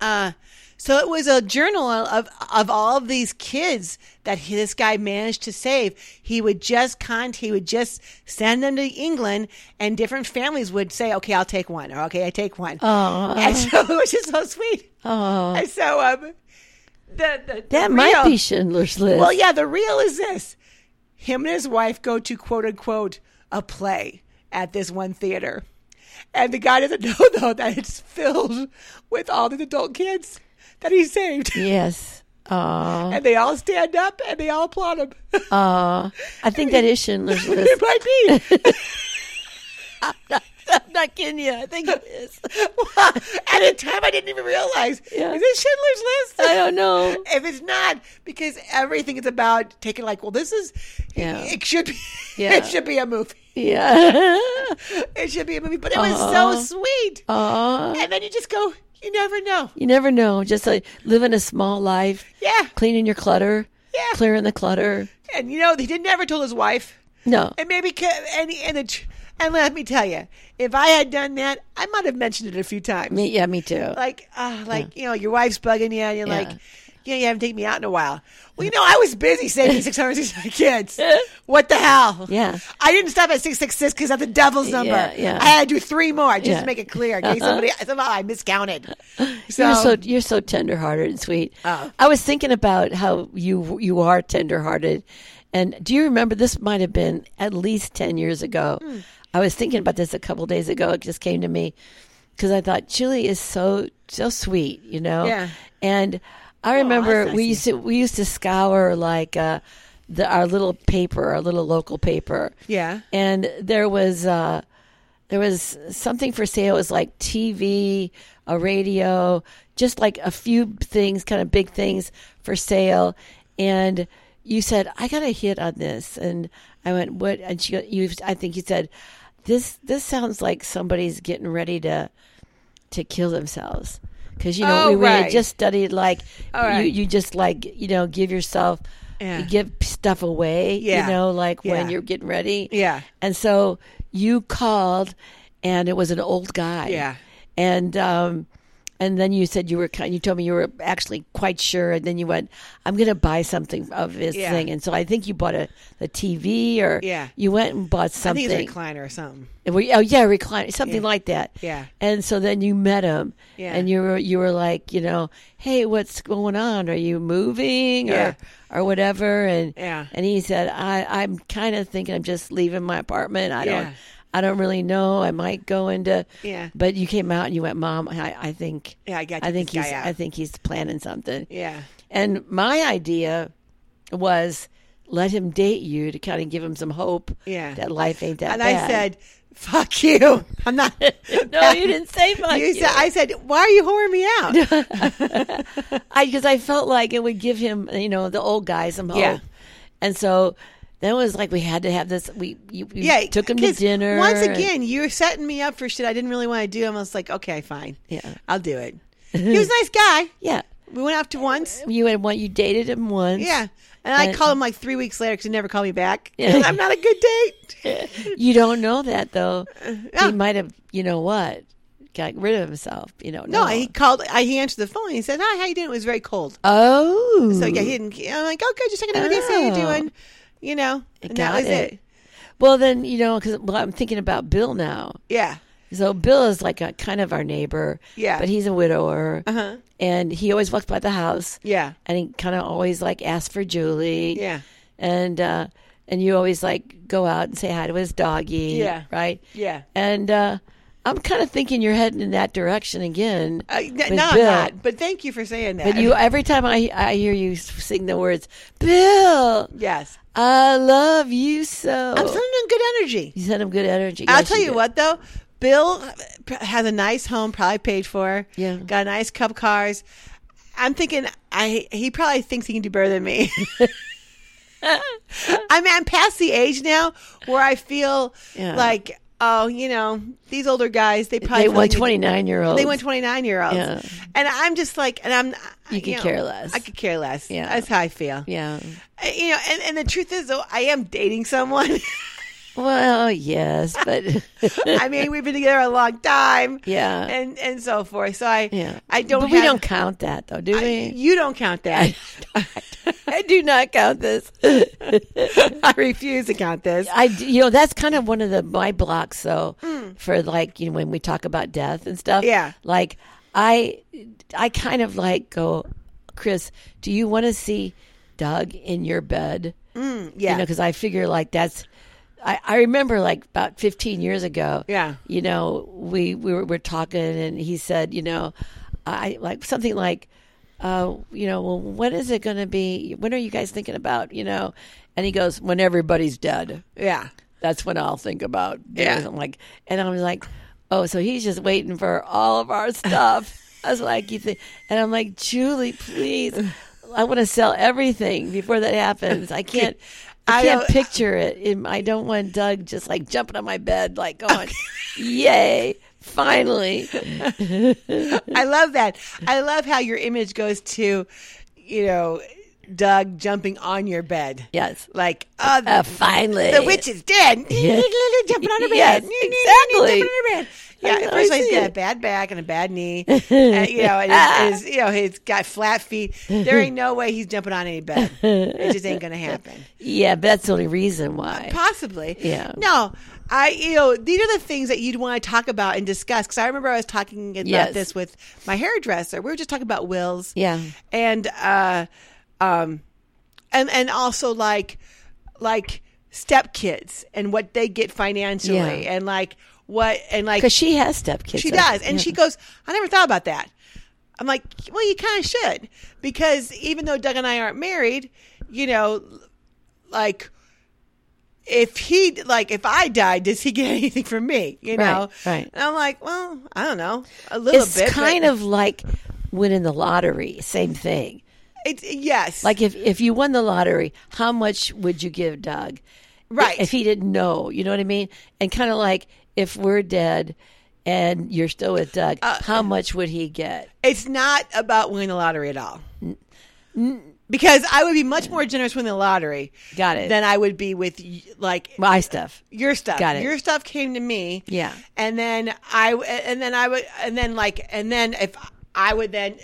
Speaker 1: uh, so it was a journal of of all of these kids that he, this guy managed to save. He would just con he would just send them to England, and different families would say, "Okay, I'll take one," or "Okay, I take one."
Speaker 2: Aw.
Speaker 1: and so it was just so sweet.
Speaker 2: Oh,
Speaker 1: And so um, the, the the
Speaker 2: that might
Speaker 1: reel-
Speaker 2: be Schindler's List.
Speaker 1: well, yeah, the real is this. Him and his wife go to quote unquote a play at this one theater. And the guy doesn't know though that it's filled with all these adult kids that he saved.
Speaker 2: Yes. Oh,
Speaker 1: And they all stand up and they all applaud him.
Speaker 2: oh. I think that is Schindler's List.
Speaker 1: it might be.
Speaker 2: I'm not kidding you. I think it is.
Speaker 1: at a time I didn't even realize.
Speaker 2: Yeah.
Speaker 1: Is it Schindler's List?
Speaker 2: I don't know.
Speaker 1: If it's not, because everything is about taking like, well, this is
Speaker 2: Yeah.
Speaker 1: it should be
Speaker 2: Yeah.
Speaker 1: it should be a movie.
Speaker 2: Yeah.
Speaker 1: It should be a movie. But it
Speaker 2: Uh-huh.
Speaker 1: was so sweet.
Speaker 2: Oh,
Speaker 1: And then you just go, you never know.
Speaker 2: you never know. Just like living a small life,
Speaker 1: Yeah.
Speaker 2: cleaning your clutter,
Speaker 1: Yeah.
Speaker 2: clearing the clutter.
Speaker 1: And you know, he didn't ever told his wife.
Speaker 2: No.
Speaker 1: And maybe, ca- and, he- and, it, and let me tell you, if I had done that, I might have mentioned it a few times.
Speaker 2: Me, yeah, me too.
Speaker 1: Like, uh, like you know, your wife's bugging you, and you're
Speaker 2: Yeah.
Speaker 1: like, yeah, you haven't taken me out in a while. Well, you know, I was busy saving 669 kids. What the hell?
Speaker 2: Yeah.
Speaker 1: I didn't stop at 666 because that's the devil's number.
Speaker 2: Yeah, yeah.
Speaker 1: I had to do three more just
Speaker 2: Yeah.
Speaker 1: to make it clear in case somebody, somehow I miscounted.
Speaker 2: you're so you're so tenderhearted and sweet.
Speaker 1: Oh.
Speaker 2: I was thinking about how you you are tenderhearted, and do you remember this might have been at least ten years ago?
Speaker 1: Hmm.
Speaker 2: I was thinking about this a couple days ago. It just came to me because I thought Julie is so so sweet, you know.
Speaker 1: Yeah. Oh,
Speaker 2: And I remember
Speaker 1: that's
Speaker 2: we
Speaker 1: nice.
Speaker 2: used to we used to scour like uh, the our little paper, our little local paper.
Speaker 1: Yeah.
Speaker 2: And there was. Uh, there was something for sale. It was like TV, a radio, just like a few things, kind of big things for sale. And you said, "I got a hit on this," and I went, "What?" And she, go- you, I think you said, "This, this sounds like somebody's getting ready to, to kill themselves." because you know
Speaker 1: Oh,
Speaker 2: we, we had
Speaker 1: right.
Speaker 2: just studied like
Speaker 1: All right.
Speaker 2: you, you just like you know give yourself
Speaker 1: Yeah.
Speaker 2: you give stuff away
Speaker 1: Yeah.
Speaker 2: you know like when
Speaker 1: Yeah.
Speaker 2: you're getting ready
Speaker 1: Yeah.
Speaker 2: and so you called and it was an old guy
Speaker 1: Yeah.
Speaker 2: and um and then you said you were kind you told me you were actually quite sure and then you went i'm gonna buy something of this
Speaker 1: Yeah.
Speaker 2: thing and so i think you bought a, a tv or
Speaker 1: Yeah.
Speaker 2: you went and bought
Speaker 1: I
Speaker 2: something
Speaker 1: think it's a recliner or something.
Speaker 2: and we- oh yeah, recliner, something like that.
Speaker 1: Yeah.
Speaker 2: And so then you met him.
Speaker 1: Yeah.
Speaker 2: And you were you were like, you know, hey, what's going on? Are you moving or
Speaker 1: Yeah.
Speaker 2: or whatever? And
Speaker 1: Yeah.
Speaker 2: And he said, I I'm kind of thinking I'm just leaving my apartment. I
Speaker 1: Yeah.
Speaker 2: don't I don't really know. I might go into
Speaker 1: Yeah.
Speaker 2: But you came out and you went, mom, I I think
Speaker 1: Yeah, I gotta
Speaker 2: I
Speaker 1: get
Speaker 2: think
Speaker 1: this guy
Speaker 2: he's
Speaker 1: out."
Speaker 2: I think he's planning something.
Speaker 1: Yeah.
Speaker 2: And my idea was. Let him date you to kind of give him some hope
Speaker 1: Yeah.
Speaker 2: that life ain't that
Speaker 1: And
Speaker 2: bad.
Speaker 1: I said, "Fuck you." I'm not.
Speaker 2: No, you didn't say fuck
Speaker 1: You
Speaker 2: you.
Speaker 1: said, I said, "Why are you whoring me out?"
Speaker 2: I because I felt like it would give him, you know, the old guy some hope.
Speaker 1: Yeah.
Speaker 2: And so then it was like we had to have this. We you, you
Speaker 1: yeah,
Speaker 2: took him to
Speaker 1: 'cause
Speaker 2: dinner
Speaker 1: Once
Speaker 2: and-
Speaker 1: again, you're setting me up for shit I didn't really want to do. I'm just like, okay, fine.
Speaker 2: Yeah.
Speaker 1: I'll do it. He was a nice guy.
Speaker 2: yeah.
Speaker 1: We went out to once.
Speaker 2: You had one. You dated him once.
Speaker 1: Yeah, and I
Speaker 2: And-
Speaker 1: called him like three weeks later because he never called me back.
Speaker 2: Yeah.
Speaker 1: 'Cause I'm not a good date.
Speaker 2: You don't know that though.
Speaker 1: yeah.
Speaker 2: He might have. You know what? Got rid of himself. You know.
Speaker 1: No, he called. I, he answered the phone. He said, "Hi, how you doing?" It was very cold.
Speaker 2: Oh.
Speaker 1: So yeah, he didn't. I'm like, okay, just checking in with you, see how you
Speaker 2: Oh.
Speaker 1: doing. You know, and that
Speaker 2: Got
Speaker 1: was
Speaker 2: it.
Speaker 1: it.
Speaker 2: Well, then you know because well, I'm thinking about Bill now.
Speaker 1: Yeah,
Speaker 2: So Bill is like a kind of our neighbor.
Speaker 1: Yeah.
Speaker 2: But he's a widower.
Speaker 1: Uh-huh.
Speaker 2: And he always walks by the house.
Speaker 1: yeah,
Speaker 2: And he kind of always like asks for Julie.
Speaker 1: yeah,
Speaker 2: And uh, and you always like go out and say hi to his doggy.
Speaker 1: Yeah.
Speaker 2: Right.
Speaker 1: yeah.
Speaker 2: And uh, I'm kind of thinking you're heading in that direction again.
Speaker 1: Uh, n-
Speaker 2: with
Speaker 1: no, I'm
Speaker 2: Bill.
Speaker 1: not. But thank you for saying that.
Speaker 2: But you every time I I hear you sing the words Bill,
Speaker 1: yes,
Speaker 2: I love you so.
Speaker 1: I'm sending him good energy.
Speaker 2: you send him good energy.
Speaker 1: I'll
Speaker 2: Yes,
Speaker 1: tell you
Speaker 2: do.
Speaker 1: what though, Bill has a nice home, probably paid for.
Speaker 2: Yeah.
Speaker 1: got a nice cup cars. I'm thinking I he probably thinks he can do better than me. I mean, I'm past the age now where I feel
Speaker 2: Yeah.
Speaker 1: like, oh, you know, these older guys, they probably
Speaker 2: They
Speaker 1: feel
Speaker 2: went
Speaker 1: like
Speaker 2: 29 year old.
Speaker 1: They went 29 year olds.
Speaker 2: Yeah.
Speaker 1: And I'm just like, and I'm.
Speaker 2: You could
Speaker 1: know,
Speaker 2: care less.
Speaker 1: I could care less.
Speaker 2: Yeah.
Speaker 1: Yeah. That's how I feel.
Speaker 2: Yeah.
Speaker 1: I- You know, and, and the truth is, though, I am dating someone.
Speaker 2: Well, yes, but
Speaker 1: I mean, we've been together a long time.
Speaker 2: Yeah.
Speaker 1: And and so forth. So I
Speaker 2: yeah,
Speaker 1: I don't
Speaker 2: But we
Speaker 1: have-
Speaker 2: don't count that, though, do
Speaker 1: I-
Speaker 2: we?
Speaker 1: you don't count that.
Speaker 2: I do not count this.
Speaker 1: I refuse to count this.
Speaker 2: I, d- you know, that's kind of one of the my blocks, though, for like you know when we talk about death and stuff.
Speaker 1: Hmm. Yeah.
Speaker 2: like I, I kind of like go, Chris. Do you want to see Doug in your bed?
Speaker 1: Yeah.
Speaker 2: you know, because I figure like that's. I, I remember like about 15 years ago.
Speaker 1: Yeah.
Speaker 2: You know, we, we were, were talking and he said, you know, I like something like, uh, you know, well, when is it going to be? When are you guys thinking about, you know? And he goes, when everybody's dead,
Speaker 1: yeah.
Speaker 2: that's when I'll think about. you know,
Speaker 1: Yeah.
Speaker 2: something like, and I was like, oh, so he's just waiting for all of our stuff. I was like, you think, and I'm like, Julie, please. I want to sell everything before that happens. I can't.
Speaker 1: I
Speaker 2: I can't
Speaker 1: don't-
Speaker 2: picture it. In- I don't want Doug just like jumping on my bed, like going, "Yay, finally!"
Speaker 1: I love that. I love how your image goes to, you know, Doug jumping on your bed.
Speaker 2: Yes,
Speaker 1: Like, oh, the,
Speaker 2: uh, finally.
Speaker 1: the witch is dead. jumping on her bed.
Speaker 2: Yes, exactly.
Speaker 1: Jumping on her bed. Yeah,
Speaker 2: That's how I
Speaker 1: first of all, he's
Speaker 2: see
Speaker 1: got a
Speaker 2: it.
Speaker 1: bad back and a bad knee. and, you know, and his, his, you know, he's got flat feet. There ain't no way he's jumping on any bed. It just ain't going to happen.
Speaker 2: Yeah, but that's the only reason
Speaker 1: Uh,
Speaker 2: why.
Speaker 1: Possibly.
Speaker 2: Yeah.
Speaker 1: No, I, you know, these are the things that you'd want to talk about and discuss. Cause I remember I was talking about
Speaker 2: Yes.
Speaker 1: this with my hairdresser. We were just talking about wills.
Speaker 2: Yeah.
Speaker 1: And, uh, um, and, and also like, like stepkids and what they get financially
Speaker 2: Yeah.
Speaker 1: and like what, and like
Speaker 2: Because she has stepkids.
Speaker 1: she
Speaker 2: so-
Speaker 1: does. And
Speaker 2: yeah.
Speaker 1: she goes, I never thought about that. I'm like, well, you kind of should. Because even though Doug and I aren't married, you know, like, if he, like, if I die, does he get anything from me? You know?
Speaker 2: right.
Speaker 1: And I'm like, well, I don't know. A little
Speaker 2: It's
Speaker 1: bit. but
Speaker 2: kind of like winning the lottery. Same thing.
Speaker 1: It's, yes.
Speaker 2: Like if if you won the lottery, how much would you give Doug?
Speaker 1: Right.
Speaker 2: If he didn't know, you know what I mean? And kind of like if we're dead, and you're still with Doug,
Speaker 1: Uh,
Speaker 2: how much would he get?
Speaker 1: It's not about winning the lottery at all. Because I would be much more generous winning the lottery
Speaker 2: Got it.
Speaker 1: than I would be with y- like
Speaker 2: My stuff.
Speaker 1: your stuff.
Speaker 2: Got it.
Speaker 1: Your stuff came to me.
Speaker 2: Yeah.
Speaker 1: And then I and then I would and then like and then if I would then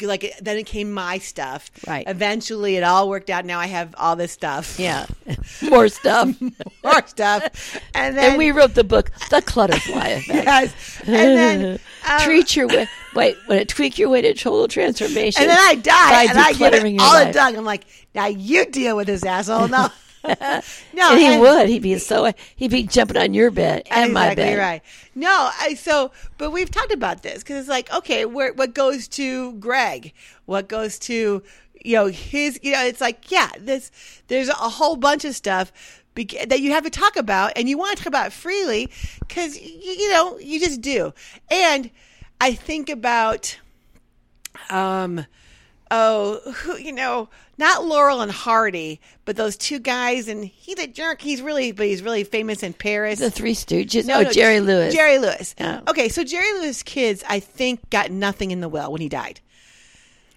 Speaker 1: like then it came my stuff.
Speaker 2: Right.
Speaker 1: Eventually it all worked out. Now I have all this stuff.
Speaker 2: Yeah, more stuff.
Speaker 1: More stuff. And then
Speaker 2: and we wrote the book, The Clutterfly Effect.
Speaker 1: yes. And then um,
Speaker 2: Treat your way. Wait, when it tweak your way to total transformation.
Speaker 1: and then I die,
Speaker 2: by
Speaker 1: and I give
Speaker 2: decluttering
Speaker 1: it
Speaker 2: your
Speaker 1: all to
Speaker 2: life.
Speaker 1: Doug. I'm like, now you deal with this asshole. No, no,
Speaker 2: And he would. He'd be so. He'd be jumping on your bed and my
Speaker 1: exactly
Speaker 2: bed.
Speaker 1: right. No, I so but we've talked about this because it's like okay, where what goes to Greg, what goes to you know his, you know, it's like yeah, this there's a whole bunch of stuff bec- that you have to talk about and you want to talk about freely because you, you know you just do. And I think about um oh who, you know not laurel and hardy but those two guys and he's a jerk he's really but he's really famous in paris
Speaker 2: The Three Stooges.
Speaker 1: no,
Speaker 2: oh,
Speaker 1: no,
Speaker 2: Jerry Lewis. Oh.
Speaker 1: Jerry Lewis.
Speaker 2: Yeah.
Speaker 1: Okay, so Jerry Lewis' kids, I think, got nothing in the will when he died.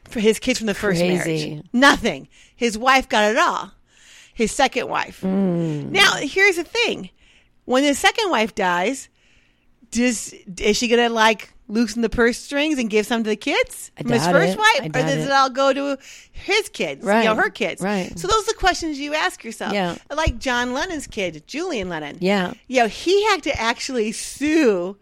Speaker 1: For his kids from the first
Speaker 2: Crazy.
Speaker 1: marriage, nothing. His wife got it all. His second wife.
Speaker 2: Mm.
Speaker 1: Now, here's the thing: when his second wife dies, does is she gonna like loosen the purse strings and give some to the kids
Speaker 2: I
Speaker 1: from his
Speaker 2: doubt
Speaker 1: first
Speaker 2: it.
Speaker 1: wife,
Speaker 2: I
Speaker 1: or
Speaker 2: doubt
Speaker 1: does
Speaker 2: it.
Speaker 1: it all go to his kids, you know,
Speaker 2: Right.
Speaker 1: her kids?
Speaker 2: Right.
Speaker 1: So those are the questions you ask yourself.
Speaker 2: Yeah.
Speaker 1: Like John Lennon's kid, Julian Lennon.
Speaker 2: Yeah.
Speaker 1: You know, he had to actually sue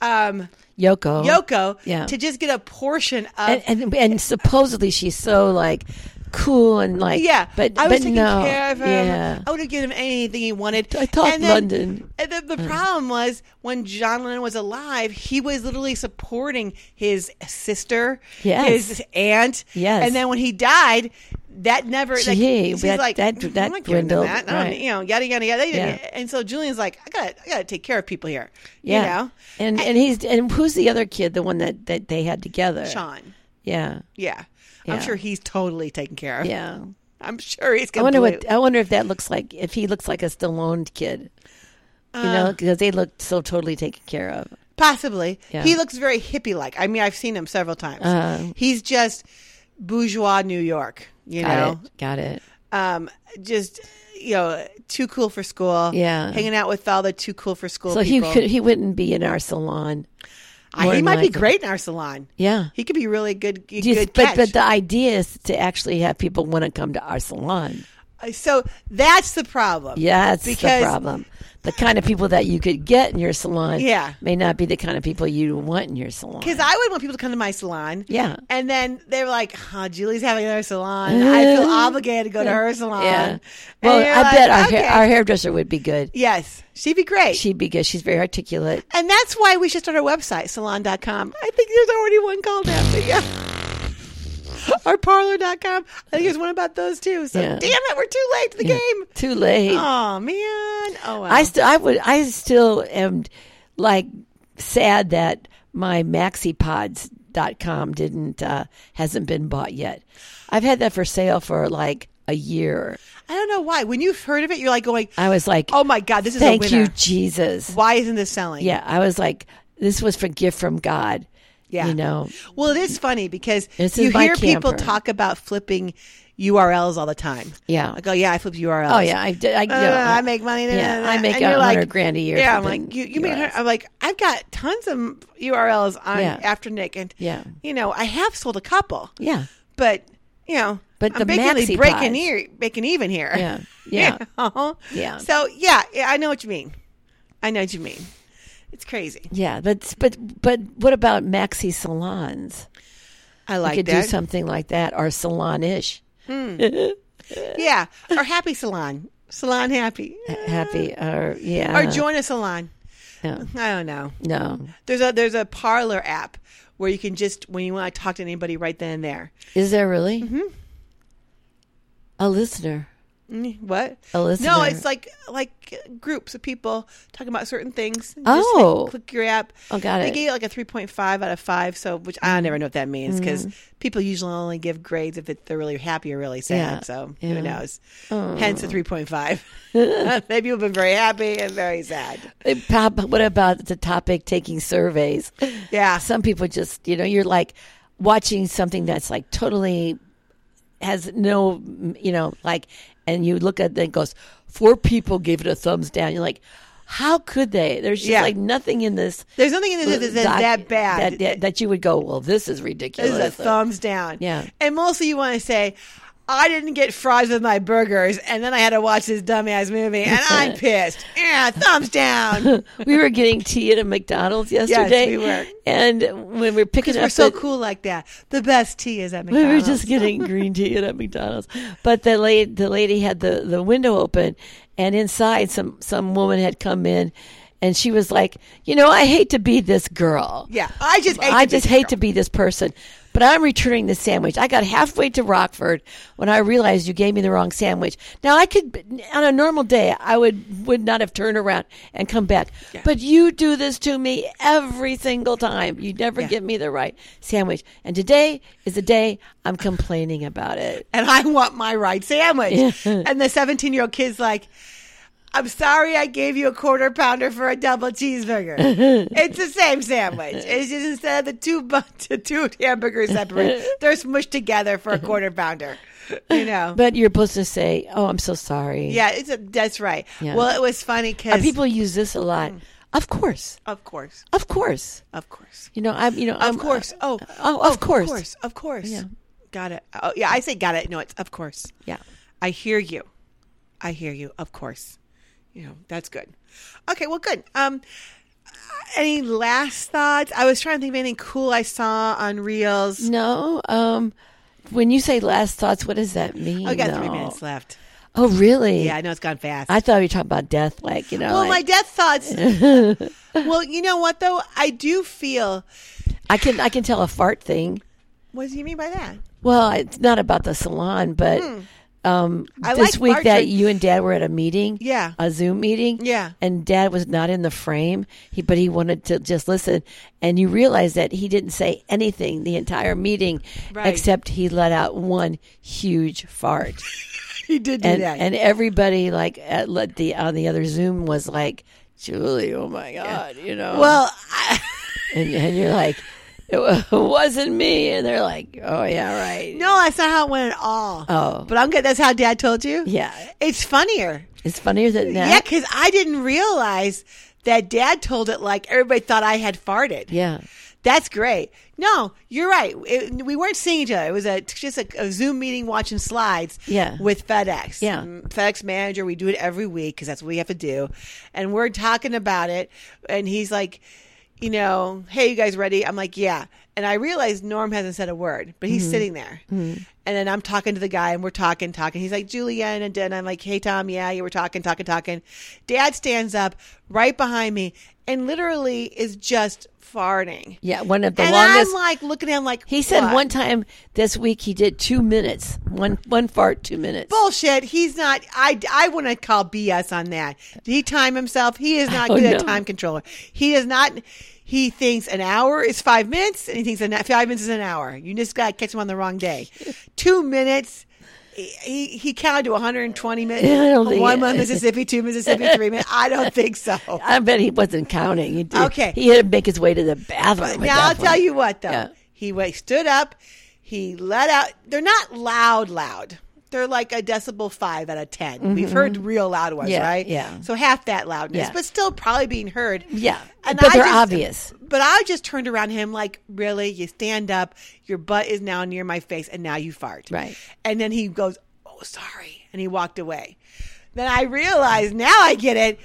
Speaker 1: um,
Speaker 2: Yoko.
Speaker 1: Yoko
Speaker 2: Oh, Yeah.
Speaker 1: to just get a portion of.
Speaker 2: And, and and supposedly she's so like cool and like
Speaker 1: yeah,
Speaker 2: But
Speaker 1: I was
Speaker 2: but
Speaker 1: taking
Speaker 2: no.
Speaker 1: care of him. Oh,
Speaker 2: Yeah.
Speaker 1: I would have given him anything he wanted.
Speaker 2: I thought
Speaker 1: And then-
Speaker 2: London. Mm.
Speaker 1: and the, the problem was when John Lennon was alive, he was literally supporting his sister,
Speaker 2: Yes.
Speaker 1: his aunt,
Speaker 2: Yes.
Speaker 1: and then when he died, that never. like,
Speaker 2: Gee,
Speaker 1: she's
Speaker 2: that-
Speaker 1: like
Speaker 2: that-
Speaker 1: "Mm,
Speaker 2: that
Speaker 1: I'm not giving them
Speaker 2: dwindled,
Speaker 1: that. I don't,
Speaker 2: right.
Speaker 1: You know, yada yada yada. yada.
Speaker 2: Yeah.
Speaker 1: And so Julian's like, I got, to I got to take care of people here.
Speaker 2: Yeah.
Speaker 1: You know,
Speaker 2: And and he's and who's the other kid? The one that that they had together.
Speaker 1: Sean.
Speaker 2: Yeah.
Speaker 1: Yeah.
Speaker 2: Yeah.
Speaker 1: I'm sure he's totally taken care of.
Speaker 2: Yeah.
Speaker 1: I'm sure he's
Speaker 2: I
Speaker 1: going
Speaker 2: wonder what uh, I wonder if that looks like if he looks like a Stallone kid. You
Speaker 1: Uh,
Speaker 2: know, because they looked so totally taken care of.
Speaker 1: possibly.
Speaker 2: Yeah.
Speaker 1: He looks very hippie like. I mean, I've seen him several times.
Speaker 2: Uh.
Speaker 1: he's just bourgeois New York, you
Speaker 2: Got
Speaker 1: know.
Speaker 2: it. Got it.
Speaker 1: Um just you know, too cool for school.
Speaker 2: Yeah.
Speaker 1: Hanging out with all the too cool for school
Speaker 2: So
Speaker 1: people.
Speaker 2: he could he wouldn't be in our salon.
Speaker 1: I-
Speaker 2: more
Speaker 1: he
Speaker 2: than
Speaker 1: might be
Speaker 2: likely.
Speaker 1: great in our salon.
Speaker 2: Yeah.
Speaker 1: He could be really good good
Speaker 2: Do you-
Speaker 1: catch.
Speaker 2: but but the idea is to actually have people want to come to our salon.
Speaker 1: Uh, so that's the problem.
Speaker 2: Yeah, that's
Speaker 1: Because-
Speaker 2: the problem. The kind of people that you could get in your salon
Speaker 1: Yeah.
Speaker 2: may not be the kind of people you want in your salon.
Speaker 1: Because I would want people to come to my salon.
Speaker 2: Yeah.
Speaker 1: And then they were like, oh, Julie's having her salon. I feel obligated to go to her salon.
Speaker 2: Yeah.
Speaker 1: And
Speaker 2: Well,
Speaker 1: you're
Speaker 2: I
Speaker 1: like,
Speaker 2: bet our,
Speaker 1: "Okay."
Speaker 2: hair, our hairdresser would be good.
Speaker 1: Yes, she'd be great.
Speaker 2: She'd be good. She's very articulate.
Speaker 1: and that's why we should start our website, salon.com. I think there's already one called after you. Our parlor.com. I think there's one about those too. So
Speaker 2: Yeah.
Speaker 1: damn it, we're too late to the game.
Speaker 2: Too late.
Speaker 1: Oh man. Oh wow.
Speaker 2: I still, I would, I still am like sad that my MaxiPods.com didn't uh, hasn't been bought yet. I've had that for sale for like a year.
Speaker 1: I don't know why. When you've heard of it, you're like going,
Speaker 2: I was like,
Speaker 1: Oh my God, this is a
Speaker 2: thank
Speaker 1: winner.
Speaker 2: you, Jesus.
Speaker 1: Why isn't this selling?
Speaker 2: Yeah, I was like, this was for gift from God.
Speaker 1: Yeah.
Speaker 2: you know,
Speaker 1: Well, it is funny because
Speaker 2: This
Speaker 1: you
Speaker 2: is my
Speaker 1: hear people
Speaker 2: camper.
Speaker 1: talk about flipping URLs all the time.
Speaker 2: Yeah.
Speaker 1: Like, oh, yeah, I flip URLs.
Speaker 2: oh yeah, I, did- I, you
Speaker 1: Uh,
Speaker 2: know,
Speaker 1: I make money. da, da,
Speaker 2: yeah,
Speaker 1: da,
Speaker 2: I
Speaker 1: da.
Speaker 2: make
Speaker 1: And you're
Speaker 2: a
Speaker 1: like-
Speaker 2: hundred grand a year.
Speaker 1: Yeah,
Speaker 2: for
Speaker 1: I'm
Speaker 2: the
Speaker 1: like, you, you make. a
Speaker 2: URLs.
Speaker 1: hundred- I'm like, I've got tons of URLs on
Speaker 2: Yeah.
Speaker 1: after Nick, and
Speaker 2: Yeah.
Speaker 1: you know, I have sold a couple.
Speaker 2: Yeah,
Speaker 1: but you know,
Speaker 2: But
Speaker 1: I'm
Speaker 2: the
Speaker 1: basically
Speaker 2: maxi
Speaker 1: breaking,
Speaker 2: pods.
Speaker 1: ear, breaking even here.
Speaker 2: yeah, yeah.
Speaker 1: Uh-huh.
Speaker 2: Yeah.
Speaker 1: So yeah, yeah, I know what you mean. I know what you mean. It's crazy.
Speaker 2: Yeah, but but but what about maxi salons?
Speaker 1: I
Speaker 2: We
Speaker 1: like
Speaker 2: could
Speaker 1: that.
Speaker 2: do something like that or salon-ish.
Speaker 1: Yeah, or happy salon, salon happy,
Speaker 2: Happy or yeah
Speaker 1: Uh, or join a salon.
Speaker 2: no,
Speaker 1: I don't know.
Speaker 2: no.
Speaker 1: There's a there's a parlor app where you can just when you want to talk to anybody right then and there.
Speaker 2: Is there really a listener?
Speaker 1: Mm, What?
Speaker 2: A listener.
Speaker 1: No, it's like like groups of people talking about certain things. Just, like,
Speaker 2: Oh.
Speaker 1: click your app.
Speaker 2: Oh, got
Speaker 1: They
Speaker 2: it.
Speaker 1: gave it like a three point five out of five. So, which I never know what that means
Speaker 2: Mm.
Speaker 1: because people usually only give grades if it, they're really happy or really sad.
Speaker 2: Yeah.
Speaker 1: So
Speaker 2: Yeah. Oh.
Speaker 1: who knows? Hence the three point five. Maybe you've been very happy and very sad.
Speaker 2: It prob- What about the topic taking surveys?
Speaker 1: Yeah.
Speaker 2: Some people just, you know, you're like watching something that's like totally has no, you know, like, and you look at it and it goes, four people gave it a thumbs down. You're like, how could they? There's just
Speaker 1: Yeah.
Speaker 2: like nothing in this.
Speaker 1: There's nothing in this that's
Speaker 2: doc-
Speaker 1: that bad.
Speaker 2: That, that, that you would go, well, this is
Speaker 1: This
Speaker 2: ridiculous.
Speaker 1: is a thumbs down.
Speaker 2: Yeah.
Speaker 1: And mostly you want to say, I didn't get fries with my burgers, and then I had to watch this dumbass movie, and I'm pissed. Yeah, thumbs down.
Speaker 2: we were getting tea at a McDonald's yesterday.
Speaker 1: we were.
Speaker 2: And when we were picking up
Speaker 1: We're so
Speaker 2: the-
Speaker 1: cool like that. The best tea is at
Speaker 2: We
Speaker 1: McDonald's.
Speaker 2: were just getting green tea at a McDonald's, but the lady the lady had the, the window open, and inside some some woman had come in, and she was like, you know, I hate to be this girl.
Speaker 1: Yeah, I just hate
Speaker 2: I
Speaker 1: to be
Speaker 2: just
Speaker 1: this
Speaker 2: hate
Speaker 1: girl."
Speaker 2: to be this person, but I'm returning this sandwich. I got halfway to Rockford when I realized you gave me the wrong sandwich. Now I could, on a normal day, I would would not have turned around and come back. But you do this to me every single time. You never give me the right sandwich. And today is the day I'm complaining about it.
Speaker 1: and I want my right sandwich. and the 17 year old kid's like, I'm sorry I gave you a quarter pounder for a double cheeseburger. it's the same sandwich. It's just instead of the two, bu- the two hamburgers separate, they're smushed together for a quarter pounder. You know?
Speaker 2: But you're supposed to say, "Oh, I'm so sorry."
Speaker 1: Yeah, it's a, that's right.
Speaker 2: Yeah.
Speaker 1: Well, it was funny
Speaker 2: Uh,
Speaker 1: because
Speaker 2: people use this a lot.
Speaker 1: Mm.
Speaker 2: Of course,
Speaker 1: of course,
Speaker 2: of course.
Speaker 1: of course,
Speaker 2: You know, I'm. You know, I'm, uh,
Speaker 1: of course. Oh,
Speaker 2: oh, of
Speaker 1: of
Speaker 2: course.
Speaker 1: course, of course.
Speaker 2: Yeah.
Speaker 1: Got it. Oh, yeah, I say got it. No, it's of course.
Speaker 2: Yeah.
Speaker 1: I hear you. I hear you. Of course. You know that's good. Okay. Well, good. Um, any last thoughts? I was trying to think of anything cool I saw on reels.
Speaker 2: No. Um, when you say last thoughts, what does that mean?
Speaker 1: Oh, I got three
Speaker 2: though?
Speaker 1: minutes left.
Speaker 2: Oh, really?
Speaker 1: Yeah, I know it's gone fast.
Speaker 2: I thought you were talking about death, like you know.
Speaker 1: well, my
Speaker 2: like,
Speaker 1: death thoughts. well, you know what though? I do feel.
Speaker 2: I can I can tell a fart thing.
Speaker 1: What do you mean by that?
Speaker 2: Well, it's not about the salon, but um,
Speaker 1: Hmm. I
Speaker 2: this
Speaker 1: like
Speaker 2: week
Speaker 1: fart
Speaker 2: that
Speaker 1: joke-
Speaker 2: you and Dad were at a meeting,
Speaker 1: Yeah.
Speaker 2: a Zoom meeting,
Speaker 1: Yeah.
Speaker 2: and Dad was not in the frame, he but he wanted to just listen, and you realized that he didn't say anything the entire meeting,
Speaker 1: Right.
Speaker 2: except he let out one huge fart.
Speaker 1: He did do
Speaker 2: and
Speaker 1: that.
Speaker 2: and everybody like at let the on the other Zoom was like, Julie, oh my god, you know.
Speaker 1: well, I,
Speaker 2: and, and you're like, it wa- wasn't me, and they're like, oh yeah, right.
Speaker 1: no, that's not how it went at all.
Speaker 2: Oh.
Speaker 1: but I'm good. That's how Dad told you.
Speaker 2: Yeah,
Speaker 1: it's funnier.
Speaker 2: it's funnier than
Speaker 1: Yeah, 'cause Yeah,
Speaker 2: that.
Speaker 1: because I didn't realize that Dad told it like everybody thought I had farted.
Speaker 2: Yeah,
Speaker 1: That's great. No, you're right. It, we weren't seeing each other. It was a, just a, a Zoom meeting watching slides
Speaker 2: Yeah.
Speaker 1: with FedEx.
Speaker 2: Yeah.
Speaker 1: Mm, FedEx manager, we do it every week because that's what we have to do. And we're talking about it. And he's like, you know, hey, you guys ready? I'm like, yeah. And I realized Norm hasn't said a word, but
Speaker 2: Mm-hmm.
Speaker 1: he's sitting there. And then I'm talking to the guy and we're talking, talking. He's like, Julianne. And then I'm like, hey, Tom, yeah, you were talking, talking, talking. Dad stands up right behind me and literally is just farting
Speaker 2: yeah. One of the
Speaker 1: and
Speaker 2: longest.
Speaker 1: I'm like looking at him like
Speaker 2: he said
Speaker 1: "What?
Speaker 2: one time this week he did two minutes, one one fart, two minutes.
Speaker 1: bullshit. He's not. I I want to call BS on that. Did he time himself? He is not
Speaker 2: Oh,
Speaker 1: good at
Speaker 2: no.
Speaker 1: time controller. He is not. He thinks an hour is five minutes, and he thinks an, five minutes is an hour. You just got to catch him on the wrong day. Two minutes. he- He he counted to 120 minutes.
Speaker 2: I don't think-
Speaker 1: One month Mississippi, two Mississippi, three minutes. I don't think so.
Speaker 2: I bet he wasn't counting. He did,
Speaker 1: Okay.
Speaker 2: he had to make his way to the bathroom. at
Speaker 1: Now
Speaker 2: that
Speaker 1: I'll tell
Speaker 2: point.
Speaker 1: you what though.
Speaker 2: Yeah.
Speaker 1: He wa- stood up. He let out. They're not loud, loud. They're like a decibel five out of 10 we We've heard real loud ones,
Speaker 2: Mm-hmm. Yeah,
Speaker 1: right?
Speaker 2: yeah.
Speaker 1: So half that loudness,
Speaker 2: Yeah.
Speaker 1: but still probably being heard.
Speaker 2: Yeah, but they're obvious.
Speaker 1: But I just turned around to him like, really? You stand up. Your butt is now near my face, and now you fart.
Speaker 2: Right.
Speaker 1: And then he goes, "Oh, sorry," and he walked away. Then I realized now I get it.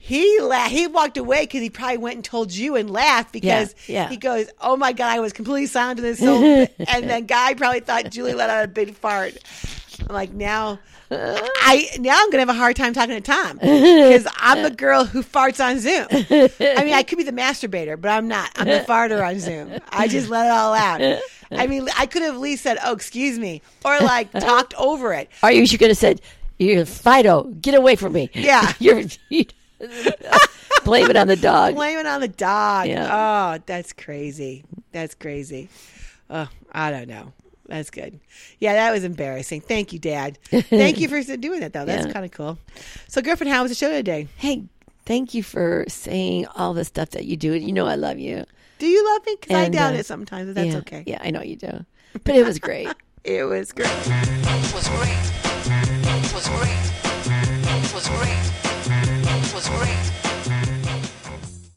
Speaker 1: He la- he walked away because he probably went and told you and laughed because
Speaker 2: yeah.
Speaker 1: he goes, "Oh my god, I was completely silent in this." So, and then guy probably thought Julie let out a big fart. I'm like now, I now I'm gonna have a hard time talking to Tom because I'm the girl who farts on Zoom. I mean, I could be the masturbator, but I'm not. I'm the farter on Zoom. I just let it all out. I mean, I could have at least said, "Oh, excuse me," or like talked over it.
Speaker 2: Are you? She could have said, you Fido, get away from me.
Speaker 1: Yeah.
Speaker 2: You're, you- blame it on the dog.
Speaker 1: Blame it on the dog.
Speaker 2: Yeah.
Speaker 1: Oh, that's crazy. That's crazy. Oh, I don't know. That's good. Yeah, that was embarrassing. Thank you, Dad. Thank you for doing that, though. That's
Speaker 2: Yeah.
Speaker 1: kind of cool. So, girlfriend, how was the show today?
Speaker 2: Hey, thank you for saying all the stuff that you do. You know I love you.
Speaker 1: Do you love me? Because I
Speaker 2: And,
Speaker 1: doubt
Speaker 2: uh,
Speaker 1: it sometimes, but that's
Speaker 2: yeah,
Speaker 1: okay.
Speaker 2: Yeah, I know you do. But it was great.
Speaker 1: It was great.
Speaker 4: was great.